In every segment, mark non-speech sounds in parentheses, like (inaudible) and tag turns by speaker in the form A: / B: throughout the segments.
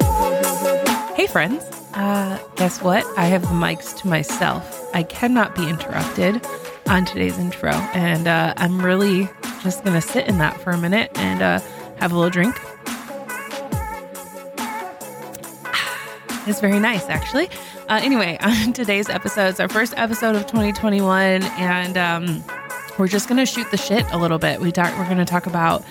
A: Hey, friends. Uh, guess what? I have the mics to myself. I cannot be interrupted on today's intro. And uh, I'm really just going to sit in that for a minute and uh, have a little drink. (sighs) It's very nice, actually. Uh, anyway, (laughs) on today's episode, it's our first episode of 2021, and um, we're just going to shoot the shit a little bit. We talk, we're going to talk about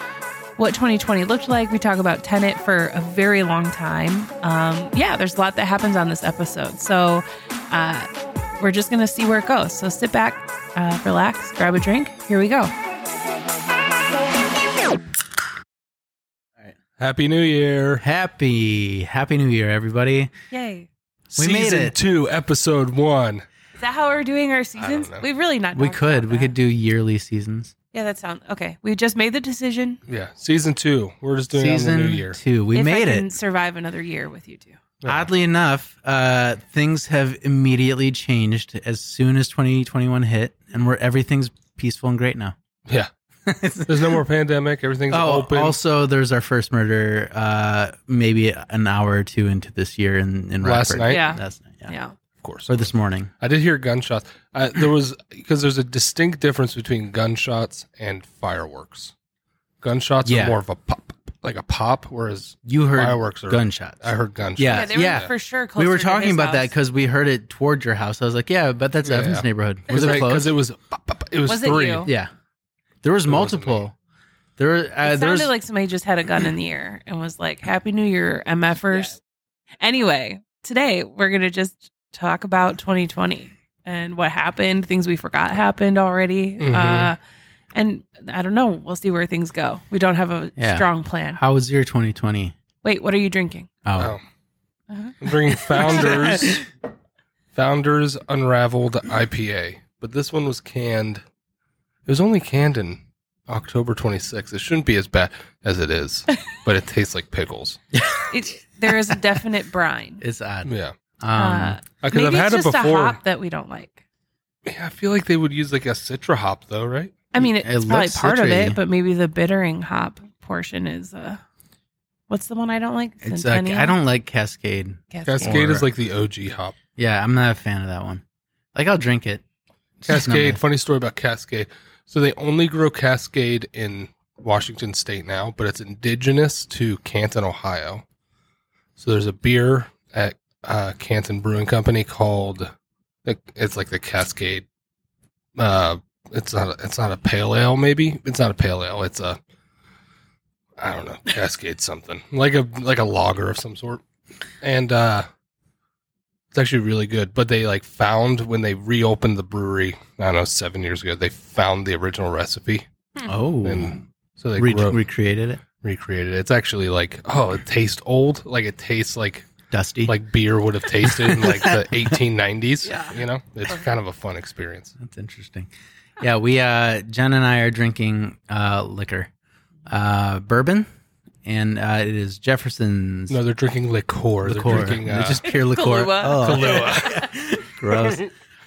A: what 2020 looked like. We talk about Tenet for a very long time. Um, yeah, there's a lot that happens on this episode. So uh, we're just going to see where it goes. So sit back, uh, relax, grab a drink. Here we go.
B: Happy New Year.
C: Happy Happy New Year, everybody!
A: Yay.
C: We
B: season
C: made it.
B: two, episode one.
A: Is that how we're doing our seasons?
B: know.
A: We've really not.
C: We
A: talked
C: could
A: about
C: we
A: that.
C: could do yearly seasons.
A: Yeah, that sounds okay. We just made the decision.
B: Yeah, season two. We're just doing it on the new
C: Season
B: year.
C: two, we
A: if
C: made
A: I can
C: it.
A: Survive another year with you two.
C: Oddly enough, uh, things have immediately changed as soon as 2021 hit, and where everything's peaceful and great now.
B: Yeah, there's no more pandemic. Everything's
C: oh,
B: open.
C: also, there's our first murder, uh, maybe an hour or two into this year in in
B: Last
C: Rockford.
B: night?
A: Yeah.
C: Last night, yeah.
A: Yeah.
B: of course.
C: or this morning.
B: I did hear gunshots. Uh, there was because there's a distinct difference between gunshots and fireworks. Gunshots
C: Yeah.
B: are more of a pop, like a pop, whereas
C: You heard
B: Fireworks are-
C: gunshots.
B: I heard gunshots.
C: Yeah.
A: Yeah, they were
C: yeah.
A: for sure.
C: we
A: closer
C: were
A: to
C: talking
A: his
C: about that
A: house.
C: because we heard it toward your house. I was like, yeah, but that's
B: Yeah.
C: Evan's neighborhood. Was
B: because
C: it close?
B: it was pop, pop, it was,
A: Was it
B: three.
A: you?
C: Yeah, there was
B: Oh. It wasn't
C: multiple. There, were- uh,
A: it
C: there
A: sounded
C: was
A: like somebody just had a gun in the air and was like, "Happy New Year, MFers." Anyway, today we're gonna just talk about 2020 and what happened, things we forgot happened already,
C: Mm-hmm.
B: Mhm.
A: uh, and I don't know. We'll see where things go. We don't have a
C: Yeah.
A: strong plan.
C: how was your 2020?
A: Wait, what are you drinking?
C: Oh,
B: Oh.
C: Uh-huh.
A: (laughs)
B: I'm drinking Founders Founders Unraveled IPA, but this one was canned. It was only canned in October 26th. It shouldn't be as bad as it
A: (laughs)
B: is, but it tastes like pickles.
A: It, there is a definite brine.
C: it's odd.
B: Yeah,
C: (laughs) Um,
A: Uh,
B: because
A: Maybe
B: I've had
A: it's
B: it
A: just a
B: before.
A: hop that we don't like.
B: Yeah, I feel like they would use like a citra hop though, right?
A: I mean, it's
C: It
A: probably
C: looks
A: part of it,
C: citrusy.
A: but maybe the bittering hop portion is. Uh, what's the one I don't like?
C: it's uh,
A: Centennial?
C: I don't like Cascade.
A: Cascade.
B: Cascade
C: Or-
B: is like the OG hop.
C: Yeah, I'm not a fan of that one. Like, I'll drink it. It's just not (laughs)
B: Cascade.
C: my-
B: Funny story about Cascade. So they only grow Cascade in Washington State now, but it's indigenous to Canton, Ohio. So there's a beer at uh, Canton Brewing Company called it's like the Cascade. Uh, it's not a, it's not a pale ale. Maybe it's not a pale ale. It's a I don't know Cascade something like a like a lager of some sort, and uh, it's actually really good. But they like found when they reopened the brewery, I don't know, seven years ago, they found the original recipe,
C: Oh,
B: and so they
C: Re-
B: grew-
C: recreated it.
B: recreated it. It's actually like oh, it tastes old. Like it tastes like
C: Dusty.
B: like beer would have tasted in like the 1890s.
A: Yeah.
B: You know, it's kind of a fun experience.
C: That's interesting. Yeah, we uh Jen and I are drinking uh liquor. Uh bourbon and uh it is Jefferson's
B: No, they're drinking liqueur. They're
C: liqueur.
B: drinking
C: They're
B: uh, (laughs)
C: just
A: (laughs)
C: pure liqueur. Oh.
A: Kahlua.
C: Kahlua.
A: (laughs)
C: Gross.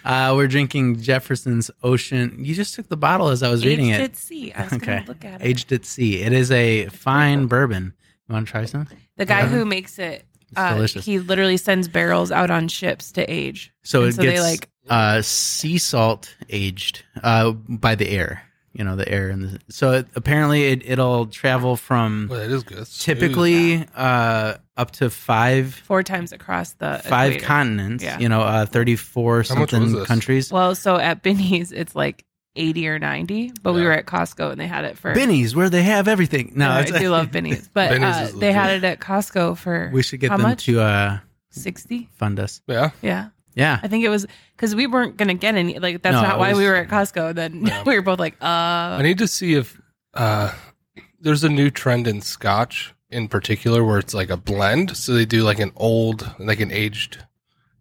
C: Uh we're drinking Jefferson's Ocean. You just took the bottle as I was reading
A: Aged
C: it.
A: at sea. I was going
C: Okay.
A: to look at it.
C: Aged at sea. It is a fine bourbon. You want to try some?
A: the guy who makes it, uh,
C: uh-huh. delicious.
A: he literally sends barrels out on ships to age.
C: So
A: And
C: it
A: so they,
C: gets
A: like-
C: uh, sea salt aged uh, by the air. You know the air and the, so it, apparently it, it'll travel from
B: Well, that is good. It's smooth.
C: typically uh, up to five
A: Four times across the
C: five
A: equator.
C: continents.
A: Uh, Yeah.
C: You know, uh, thirty four
B: How much was
C: something
B: this?
C: countries.
A: Well, so at Binny's, it's like 80 or 90, but we
B: Yeah.
A: were at Costco and they had it for.
C: Binny's where they have everything. No,
A: I
C: it's- (laughs)
A: do love Binny's, but
B: Benny's
A: uh,
B: is
A: they had
B: legit.
A: it at Costco for
C: we should get
A: How
C: them
A: much?
C: to uh,
A: 60.
C: fund us.
B: Yeah.
A: Yeah.
C: Yeah,
A: I think it was because we weren't going to get any. Like, that's
C: No,
A: not
C: it
A: why
C: was-
A: we were at Costco. Then
B: Yeah.
A: (laughs) we were both like,
B: I
A: uh,
B: need to see if uh, there's a new trend in Scotch in particular where it's like a blend. So they do like an old, like an aged,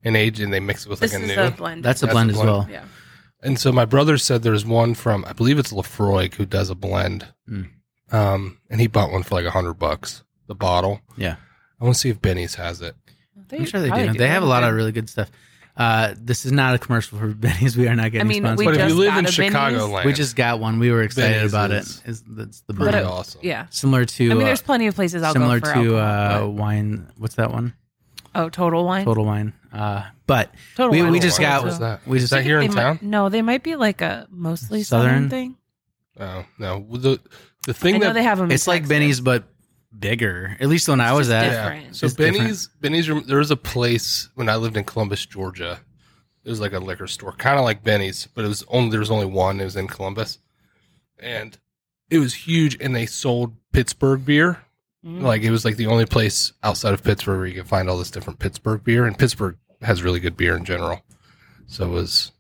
B: an aged, and they mix it with
A: this
B: like a
A: is
B: new.
A: a blend.
C: that's a
B: That's a
C: blend as
B: blend.
C: well.
A: yeah.
B: and so my brother said there's one from I believe it's Lefroy who does a blend,
C: Mm.
B: um, and he bought one for like a hundred bucks the bottle.
C: Yeah.
B: I want to see if Benny's has it.
A: They
C: I'm sure they
A: probably
C: do. They have a lot
A: They're
C: of
A: good.
C: really good stuff. Uh, this is not a commercial for (laughs) Benny's. We are not getting
A: I mean, we
C: sponsored.
B: But if
A: just
B: you live
A: got
B: in
A: a Benny's.
B: Chicagoland,
C: we just got one. We were excited
B: Benny's
C: about
B: is
C: it. Is that's the
B: pretty
C: bourbon.
B: awesome.
A: Yeah.
C: similar to
A: I mean,
C: uh,
A: there's plenty of places I'll
C: similar
A: go for
C: to
A: alcohol,
C: uh, wine. What's that one?
A: but- oh, Total Wine.
C: Total Wine. Uh, but
A: Total
C: we,
A: Wine
C: we
A: is
C: just
A: cool,
C: got
A: too.
B: Where's that?
C: we
B: Is
C: just
B: that here in
A: They might-
B: town?
A: no, they might be like a mostly southern,
C: Southern?
A: thing.
B: Oh no, the the
A: I
B: thing
A: know
B: that
A: they have them. in
C: it's like
A: Texas.
C: Benny's but bigger. At least when I was at.
A: different.
B: yeah. So
C: It's different.
B: Benny's Benny's rem- there was a place when I lived in Columbus, Georgia. It was like a liquor store, kind of like Benny's, but it was only there was only one. It was in Columbus, and it was huge. And they sold Pittsburgh beer.
A: Mm.
B: Like it was like the only place outside of Pittsburgh where you could find all this different Pittsburgh beer. And Pittsburgh has really good beer in general, so it was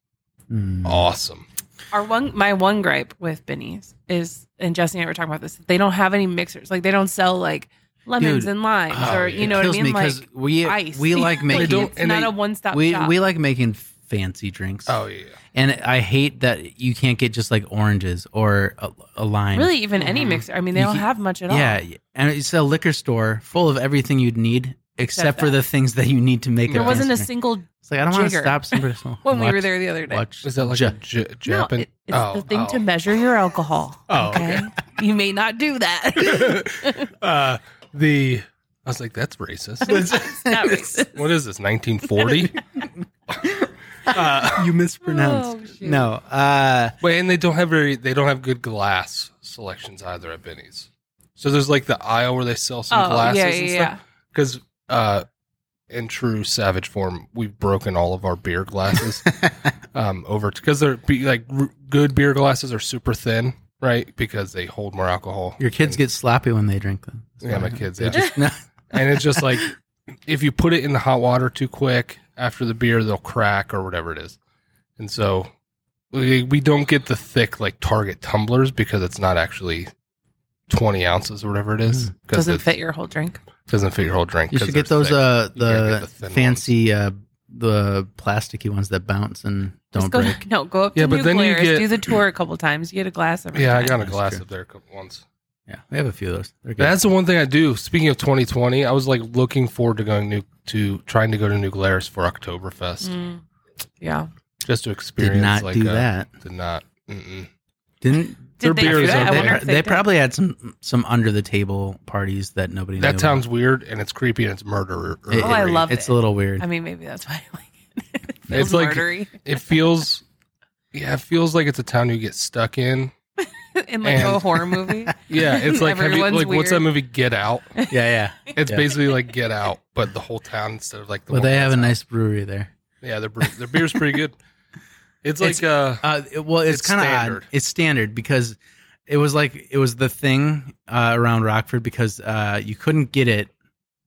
C: Hmm.
B: awesome.
A: Our one, my one gripe with Benny's is, and Jesse and I were talking about this. They don't have any mixers. Like they don't sell like lemons
C: Dude.
A: and limes,
B: Oh,
A: or
B: yeah.
A: you know what I
C: Kills
A: mean.
C: me
A: like
C: 'cause we
A: ice.
C: we
A: (laughs)
C: like
A: Like,
C: making
B: don't-
A: it's
B: and
A: not
B: they-
A: a one stop
C: we
A: shop.
C: we like making fancy drinks.
B: Oh yeah,
C: and I hate that you can't get just like oranges or a, a lime.
A: really even any
B: Mhm.
A: mixer. I mean, they
C: Mm-hmm. You
A: don't
C: can-
A: have much at all.
C: Yeah, and it's a liquor store full of everything you'd need except,
A: Except
C: for
A: that.
C: the things that you need to make.
A: there
B: Yeah.
A: wasn't a
C: fancy drink.
A: single
C: It's like I don't want to
A: jigger. (laughs)
C: stop somebody. So
A: when we were
C: watch-
A: there the other day. (laughs)
C: watch.
B: is that like
C: Ja-
B: a J-
A: no,
B: Japan?
A: it- (laughs) it's the thing to measure your alcohol.
B: (laughs) Oh, okay.
A: you may not do
B: (laughs)
A: that.
B: (laughs) uh, the I was like, that's racist.
A: Not (laughs) racist.
B: what is
A: (laughs)
B: this? 1940?
C: (laughs) you mispronounced.
A: Oh, shoot.
C: no, uh,
B: Wait, and they don't have very they don't have good glass selections either at Benny's. So there's like the aisle where they sell some
A: Oh,
B: glasses
A: yeah, yeah,
B: and
A: yeah.
B: stuff. Because uh, in true savage form, we've broken all of our beer
A: (laughs)
B: glasses um, over because they're be, like r- good beer glasses are super thin, right? Because they hold more alcohol.
C: your kids
B: And-
C: get sloppy when they drink them.
B: yeah, my kids. Yeah. (laughs)
C: Just, no,
B: and it's just like if you put it in the hot water too quick after the beer they'll crack or whatever it is and so we, we don't get the thick like target tumblers because it's not actually 20 ounces or whatever it is because
A: Doesn't
B: it
A: fit your whole drink.
B: doesn't fit your whole drink
C: Mm. you
B: 'cause
C: should get
B: they're
C: those
B: thick.
C: uh
B: You gotta get
C: the,
B: the thin
C: fancy uh the plasticky ones that bounce and
A: Just
C: don't
A: go,
C: break.
A: No, go up to
B: Yeah, but
A: New
B: then you
A: Glarus,
B: get-
A: do the tour a couple times. You get a glass every
B: yeah i
A: time.
B: got a
C: uh, That's
B: glass
C: true.
B: up there a couple once
C: Yeah, we have a few of those. They're good.
B: that's the one thing i do speaking of 2020 i was like looking forward to going new to trying to go to new glarus for oktoberfest
A: Mm. Yeah.
B: just to experience
C: Did not
B: like uh,
C: do
B: a-
C: that.
B: did not mm-mm.
C: Didn't
A: Did
B: Their beer
A: do
B: is
A: that? I
B: okay.
A: wonder
C: they,
A: if they, did.
C: probably had some some under the table parties that nobody knew.
B: that
C: about.
B: sounds weird and it's creepy and it's murder
A: Oh, I love
C: It's
A: it.
C: a little weird.
A: I mean, maybe that's why I like it. it
B: It's
A: feels
B: like-
A: murdery. (laughs)
B: it feels yeah it feels like it's a town you get stuck in
A: in like a
B: and- (laughs)
A: horror movie.
B: yeah it's (laughs) like have you, like
A: Everyone's
B: what's that
A: weird.
B: movie get out
C: yeah,
A: (laughs)
C: yeah.
B: it's
C: Yeah.
B: basically like get out but the whole town instead of like the
C: Well,
B: one
C: they have a
B: that's
C: nice brewery there.
B: out. yeah their, bre- their beer's pretty good it's like
C: It's-
B: uh
C: Uh, it- well, it's,
B: It's
C: kind of odd.
B: standard.
C: It's standard because it was like it was the thing uh, around Rockford because uh, you couldn't get it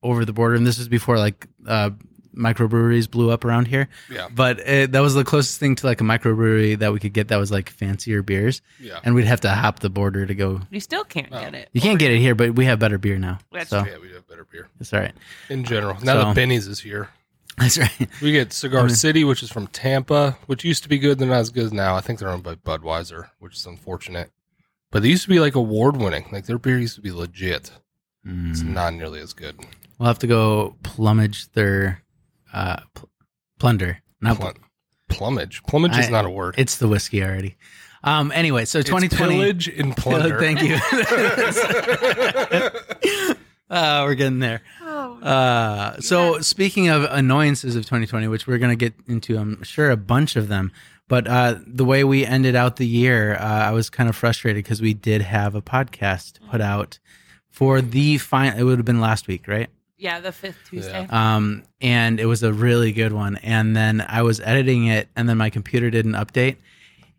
C: over the border, and this was before like uh, microbreweries blew up around here.
B: yeah
C: But uh that was the closest thing to like a microbrewery that we could get that was like fancier beers,
B: yeah
C: and we'd have to hop the border to go.
A: You still can't
B: Oh.
A: get it.
C: You can't get it here, but we have better beer now.
A: That's
C: so
B: yeah we do have better beer
C: it's all right. (laughs)
B: in general now
C: So-
B: that benny's is here
C: That's right.
B: we get cigar
C: Mhm.
B: city which is from tampa which used to be good they're not as good as now i think they're owned by budweiser which is unfortunate but they used to be like award winning like their beer used to be legit it's
C: Mm-hmm.
B: not nearly as good
C: We'll have to go plumage their uh, pl- plunder. Not
B: Plum- plumage. Plumage
C: I-
B: is not a word.
C: it's the whiskey already. Um. Anyway, so
B: It's
C: 2020.
B: pillage
C: (laughs)
B: and plunder. (laughs)
C: Thank you. (laughs) uh, we're getting there.
A: Oh,
C: Uh, so speaking of annoyances of 2020, which we're going to get into, I'm sure a bunch of them, but uh, the way we ended out the year, uh, I was kind of frustrated because we did have a podcast put out for the final. It would have been last week, right?
A: yeah, the fifth Tuesday.
C: um, and it was a really good one. And then I was editing it, and then my computer did an update,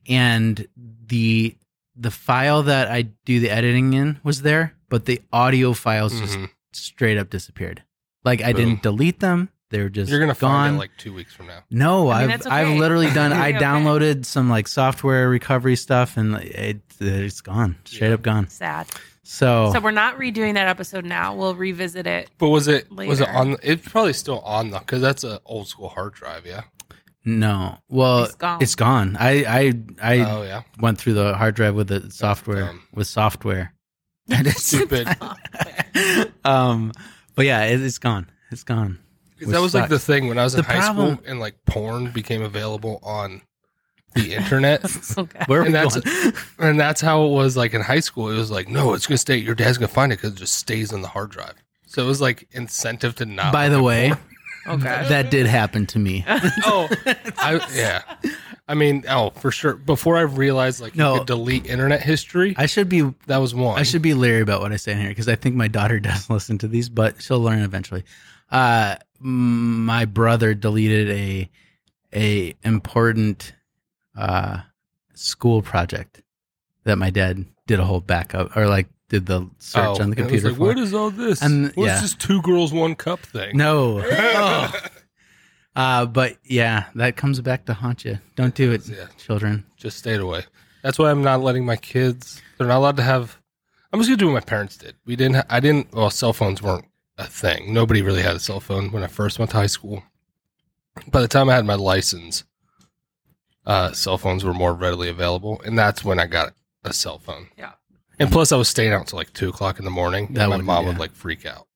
C: and the the file that I do the editing in was there, but the audio files just
B: Mhm.
C: straight up disappeared. Like I
B: Boom.
C: didn't delete them; they were just
B: You're gonna
C: gone.
B: find it like two weeks from now.
C: no,
A: I
C: I
A: mean,
C: have
A: that's
C: I've
A: okay. (laughs)
C: literally done. I
A: Okay.
C: downloaded some like software recovery stuff, and it, it's gone, straight
B: Yeah.
C: up gone.
A: Sad.
B: Oh.
C: So,
A: So we're not redoing that episode now. We'll revisit it.
B: But was it was it
A: Later.
B: on? It's probably still on though, because that's an old school hard drive. Yeah.
C: no, well,
A: It's gone.
C: It's gone. I I I
B: oh yeah.
C: went through the hard drive with the software
B: dumb.
C: with software. That is (laughs)
B: Stupid.
C: um, but yeah, it, it's gone. It's gone.
B: 'Cause that was like the thing when I was in
C: The
B: high
C: problem-
B: school and like porn became available on the
C: (laughs)
B: internet.
A: (laughs) okay.
C: where are we
B: and that's-
C: going?
B: and that's how it was like in high school. It was like, no, it's going to stay. Your dad's going to find it because it just stays on the hard drive. So it was like incentive to not.
C: By the way,
A: Oh gosh.
C: that did happen to me.
B: oh, I, yeah. I mean, oh, for sure. Before I realized like
C: No.
B: you could delete internet history,
C: I should be
B: that was one.
C: I should be leery about what I say in here because I think my daughter (laughs) does listen to these, but she'll learn eventually. Uh, m- my brother deleted a a important uh, school project that my dad did a whole backup or like did the search
B: Oh,
C: on
B: and it
C: the
B: was
C: computer.
B: like,
C: for.
B: what is all this?
C: And-
B: What's
C: yeah.
B: this two girls one cup (laughs) thing?
C: no. Oh. Uh, but yeah, that comes back to haunt you. Don't do it,
B: Yeah.
C: children.
B: just stayed away. That's why I'm not letting my kids. They're not allowed to have. I'm just gonna do what my parents did. We didn't. Ha- I didn't. Well, cell phones weren't a thing. Nobody really had a cell phone when I first went to high school. By the time I had my license, uh, cell phones were more readily available, and that's when I got a cell phone.
A: Yeah.
B: And plus, I was staying out till like two o'clock in the morning.
C: That
B: and my
C: would-
B: mom
C: yeah.
B: would like freak out.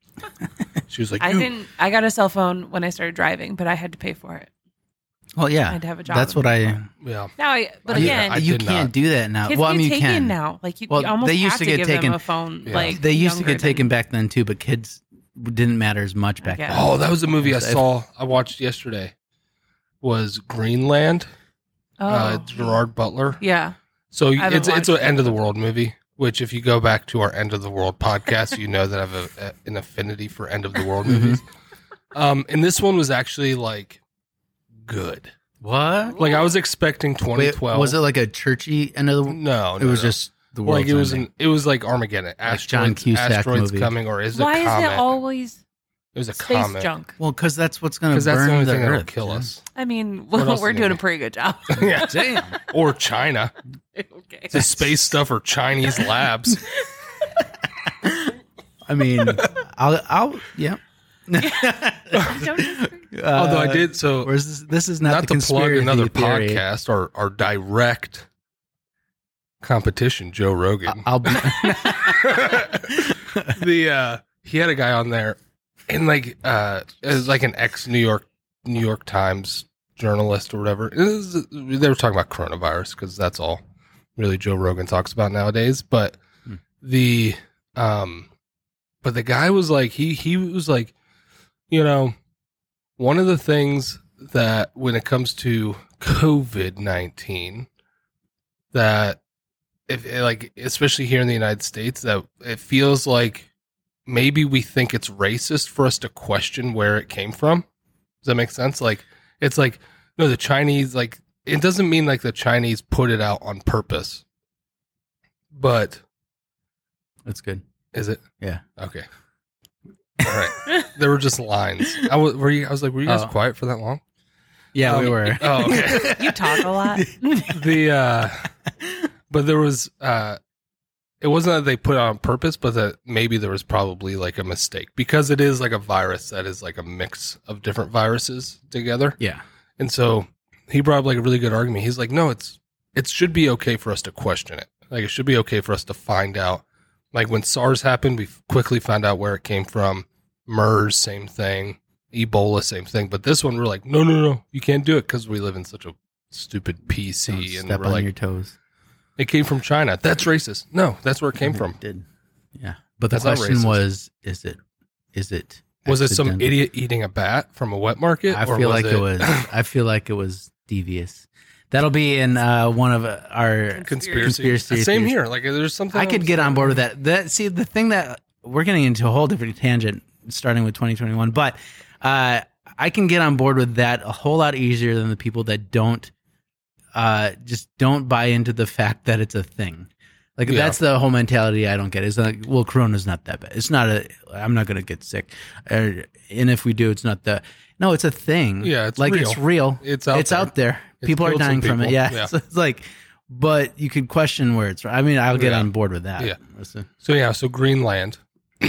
B: (laughs) she was like,
A: I
B: "You-
A: didn't. I got a cell phone when I started driving, but I had to pay for it.
C: Well,
A: I
C: yeah,
A: had to have a job.
C: that's what I.
B: yeah."
A: Now, I, but
B: Yeah,
A: again,
B: I
C: you
B: did
C: can't
B: not.
C: do that now.
A: kids
C: well, I
A: get
C: mean, you
A: taken
C: can
A: now. Like you,
C: Well,
A: you almost
C: they used
A: have
C: to get
A: give
C: taken-
A: them a phone.
B: Yeah.
A: Like
C: They used to
A: younger
C: get taken
A: than-
C: back then too, but kids didn't matter as much back
A: I
C: then.
A: guess.
B: Oh, that was a movie I
C: If-
B: saw. I watched yesterday. Was Greenland?
A: Oh,
B: Uh, it's Gerard Butler.
A: yeah.
B: So
A: haven't
B: it's it's an
A: watched it.
B: end of the world movie. Which, if you go back to our end of the world podcast, you know that I have a, a- an affinity for end of the world
C: Mhm.
B: movies. Um, and this one was actually like good.
C: What?
B: Like I was expecting 2012.
C: was it like a churchy end of the? world?
B: No,
C: it
B: no,
C: was
B: no.
C: just the world.
B: like it was an, it was like Armageddon. Asteroids,
C: John Cusack
B: asteroids
C: movie.
B: coming, or is it
A: Why
B: a comet?
A: is it always
B: it was a
A: space
B: comet
A: junk?
C: well, because that's what's going to burn
B: because that's the only
C: the
B: thing that'll
C: earth.
B: kill
C: yeah. (laughs)
B: us.
A: I mean,
B: What else
A: we're
B: is
A: doing
B: gonna
A: a
B: be?
A: pretty good job. (laughs)
B: (laughs) yeah,
C: Damn.
B: or China.
A: okay. (laughs)
B: The space stuff or
C: (laughs)
B: Chinese labs. (laughs)
C: I mean, I'll, I'll, yeah.
A: (laughs) Don't
C: (laughs)
A: disagree.
B: Although I did so.
C: Whereas this, this is
B: not,
C: not, the
B: to plug
C: conspiracy
B: another
C: theory.
B: podcast or our direct competition, Joe Rogan.
C: I'll be,
B: (laughs) the uh he had a guy on there and like uh it was like an ex New York New York Times journalist or whatever. It was- they were talking about coronavirus because that's all really Joe Rogan talks about nowadays. But
C: Hmm.
B: the um but the guy was like he he was like you know one of the things that when it comes to COVID nineteen that if like especially here in the United States that it feels like maybe we think it's racist for us to question where it came from. Does that make sense? Like it's like no the Chinese like it doesn't mean like the Chinese put it out on purpose. But
C: (laughs) that's good.
B: is it?
C: Yeah.
B: Okay. All right. there were just lines. I was were you I was like, were you guys
C: Oh.
B: quiet for that long?
C: Yeah,
B: Um,
C: we were.
B: oh,
C: (laughs)
B: okay.
A: You talk a lot. (laughs)
B: The uh but there was uh it wasn't that they put it on purpose, but that maybe there was probably like a mistake because it is like a virus that is like a mix of different viruses together.
C: yeah.
B: And so he brought up like a really good argument. He's like, no, it's it should be okay for us to question it. Like it should be okay for us to find out. Like when SARS happened, we quickly found out where it came from. MERS, same thing. Ebola, same thing. But this one, we're like, no, no, no, you can't do it because we live in such a stupid
C: Don't
B: PC. And
C: step
B: we're
C: on
B: like,
C: your toes.
B: it came from China. That's racist. No, that's where it came from.
C: Did. Yeah. But the
B: That's not
C: question
B: racist.
C: was, is it, is it,
B: Was it some
C: Mm-hmm. accidental?
B: idiot eating a bat from a wet market?
C: I
B: or
C: feel like it, was. I feel like it was devious. That'll be in uh, one of our.
B: conspiracy.
C: Conspiracy
B: Same
C: theories.
B: here. Like there's something
C: I could
B: else.
C: get on board with that. That see the thing that we're getting into a whole different tangent, starting with 2021. But uh, I can get on board with that a whole lot easier than the people that don't uh, just don't buy into the fact that it's a thing. Like
B: Yeah.
C: that's the whole mentality I don't get. It's like, well, Corona's not that bad. It's not a. I'm not gonna get sick, or, and if we do, it's not that. No, it's a thing.
B: Yeah, it's
C: like
B: real.
C: it's real.
B: It's out
C: it's
B: there.
C: out there.
B: It's
C: people are
B: killed some
C: dying from it.
B: people.
C: Yeah,
B: Yeah.
C: (laughs) So it's like, but you could question where it's. from. I mean, I'll get
B: Yeah.
C: on board with that.
B: Yeah. (laughs)
C: So-
B: So yeah, so Greenland, (clears throat)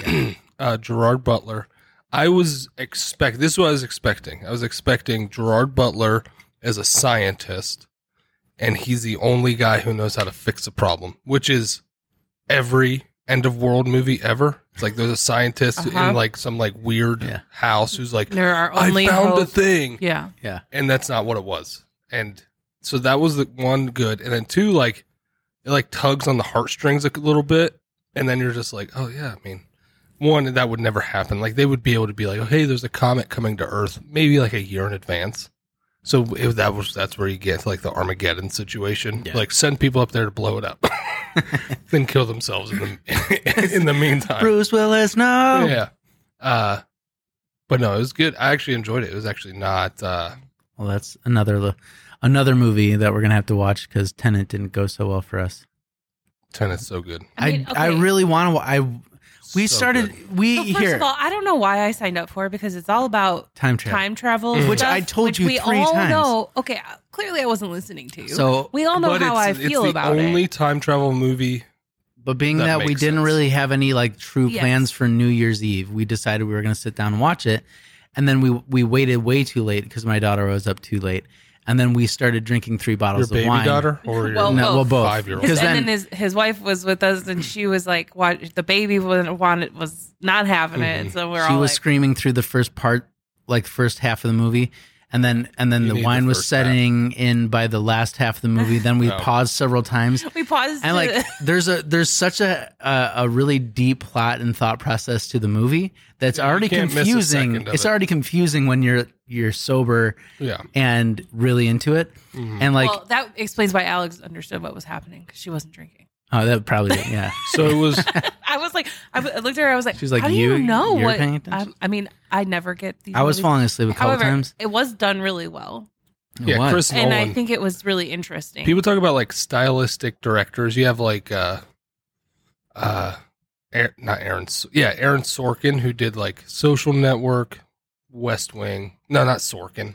B: uh, Gerard Butler. I was expect this is what I was expecting. I was expecting Gerard Butler as a scientist, and he's the only guy who knows how to fix a problem, which is every end of world movie ever. It's like there's a scientist
A: Uh-huh.
B: in like some like weird
C: Yeah.
B: house who's like,
A: There are
B: I
A: only
B: found a
A: hope-
B: thing,
A: Yeah.
C: Yeah.
B: and that's not what it was. And so that was the one good, and then two like it like tugs on the heartstrings a little bit, and then you're just like, oh yeah, I mean. One that would never happen. Like they would be able to be like, oh, "Hey, there's a comet coming to Earth, maybe like a year in advance." So if that was that's where you get like the Armageddon situation.
C: Yeah.
B: Like send people up there to blow it up, (laughs) then kill themselves in the (laughs) in the meantime.
C: Bruce Willis, no.
B: Yeah. Uh, but no, it was good. I actually enjoyed it. It was actually not. Uh,
C: Well, that's another li- another movie that we're gonna have to watch because Tenant didn't go so well for us.
B: tennis so good.
A: I
C: I
A: mean,
C: I
A: okay.
C: really want to. I we
B: So
C: started
B: good.
C: we
A: So first
C: here
A: of all, I don't know why I signed up for it because it's all about
C: time travel.
A: time travel,
B: Mm.
A: stuff,
C: Which I told
A: which
C: you
A: we
C: three
A: all
C: times.
A: know. Okay, uh, clearly I wasn't listening to you.
C: So,
A: we all know
B: But
A: how
B: it's-
A: I
B: it's
A: feel
B: the
A: about
B: only
A: it.
B: time travel movie.
C: but being
B: That
C: that, we
B: makes
C: didn't
B: sense.
C: really have any like true
A: Yes.
C: plans for New Year's Eve, we decided we were gonna sit down and watch it, and then we we waited way too late because my daughter was up too late, and then we started drinking three
B: Your
C: bottles of
B: baby
C: wine.
B: daughter or
A: (laughs)
B: your
A: Well,
C: No, well, both.
B: Five-year-old.
A: His,
C: Because
A: and then, his
C: then,
A: his wife was with us, and she was like, "What the baby wasn't wanted was not having it." And so we're
C: Mm-hmm. she
A: all
C: was
A: like,
C: screaming through the first part, like first half of the movie, and then and then
B: You
C: the
B: need the
C: wine was
B: first half.
C: setting in by the last half of the movie. Then
B: (laughs)
C: we
B: Oh.
C: paused several times.
A: we paused
C: And
A: (laughs)
C: like, there's a there's such a, a a really deep plot and thought process to the movie that's
B: Yeah, you
C: already
B: can't miss a
C: confusing.
B: second of
C: It's
B: it.
C: already confusing when you're you're sober
B: Yeah.
C: and really into it, and (laughs) like
A: well, that explains why Alex understood what was happening because she wasn't drinking. (laughs)
C: oh that probably yeah.
B: (laughs) So it
C: (laughs)
B: was.
A: I was like, I w- I looked at her. I was like,
C: She's like,
A: how do
C: "You-
A: you know
C: you're
A: what?"
C: paying
A: I,
C: attention?
A: I mean, I never get these.
C: I was
A: movies.
C: falling asleep a couple
A: However,
C: times.
A: it was done really well,
B: Yeah,
C: What?
B: Chris
A: and
B: Nolan.
A: I think it was really interesting.
B: People talk about like stylistic directors. You have like uh uh Aar- not Aaron S- yeah, Aaron Sorkin who did like Social Network, West Wing. No, not Sorkin.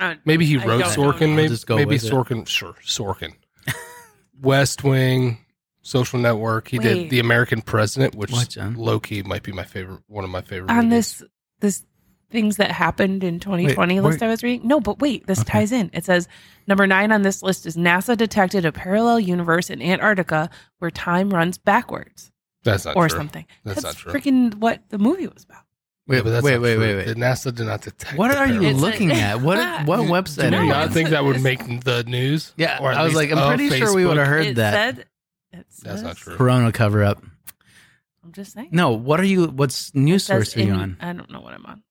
A: Uh,
B: Maybe he
A: I
B: wrote
A: don't know.
B: Sorkin,
C: I'll
B: maybe
C: just go
B: maybe
C: with it.
B: Sorkin, sure, Sorkin.
C: (laughs)
B: West Wing, Social Network. He
A: Wait.
B: did The American President, which
C: What, John?
B: low key might be my favorite one of my favorite
A: on
B: movies.
A: this this things that happened in 2020
C: Wait,
A: list
C: wait.
A: I was reading. No, but wait, this
C: Okay.
A: ties in. It says number 9 on this list is NASA detected a parallel universe in Antarctica where time runs backwards
B: That's not
A: or
B: true.
A: something.
B: That's not true.
A: freaking what the movie was about.
B: Yeah, but that's
C: wait,
B: not
C: wait,
B: true.
C: wait, wait.
B: The NASA did not detect.
C: What
B: the
C: are you
B: parallel.
C: looking at?
A: (laughs)
C: What what
B: You-
C: website?
B: Do
A: No,
C: are
B: you
C: you
B: not
C: on?
B: think that would
A: it's-
B: make the news?
C: Yeah,
B: Or at
C: I was
B: least
C: like, I'm
B: of
C: pretty sure we
B: Facebook.
C: would have heard
A: it
C: that
A: said it
B: That's
A: says-
B: not true.
C: Corona cover up.
A: I'm just saying.
C: No, what are you? What's news
A: It says
C: source are you
A: in-
C: on?
A: I don't know what I'm on.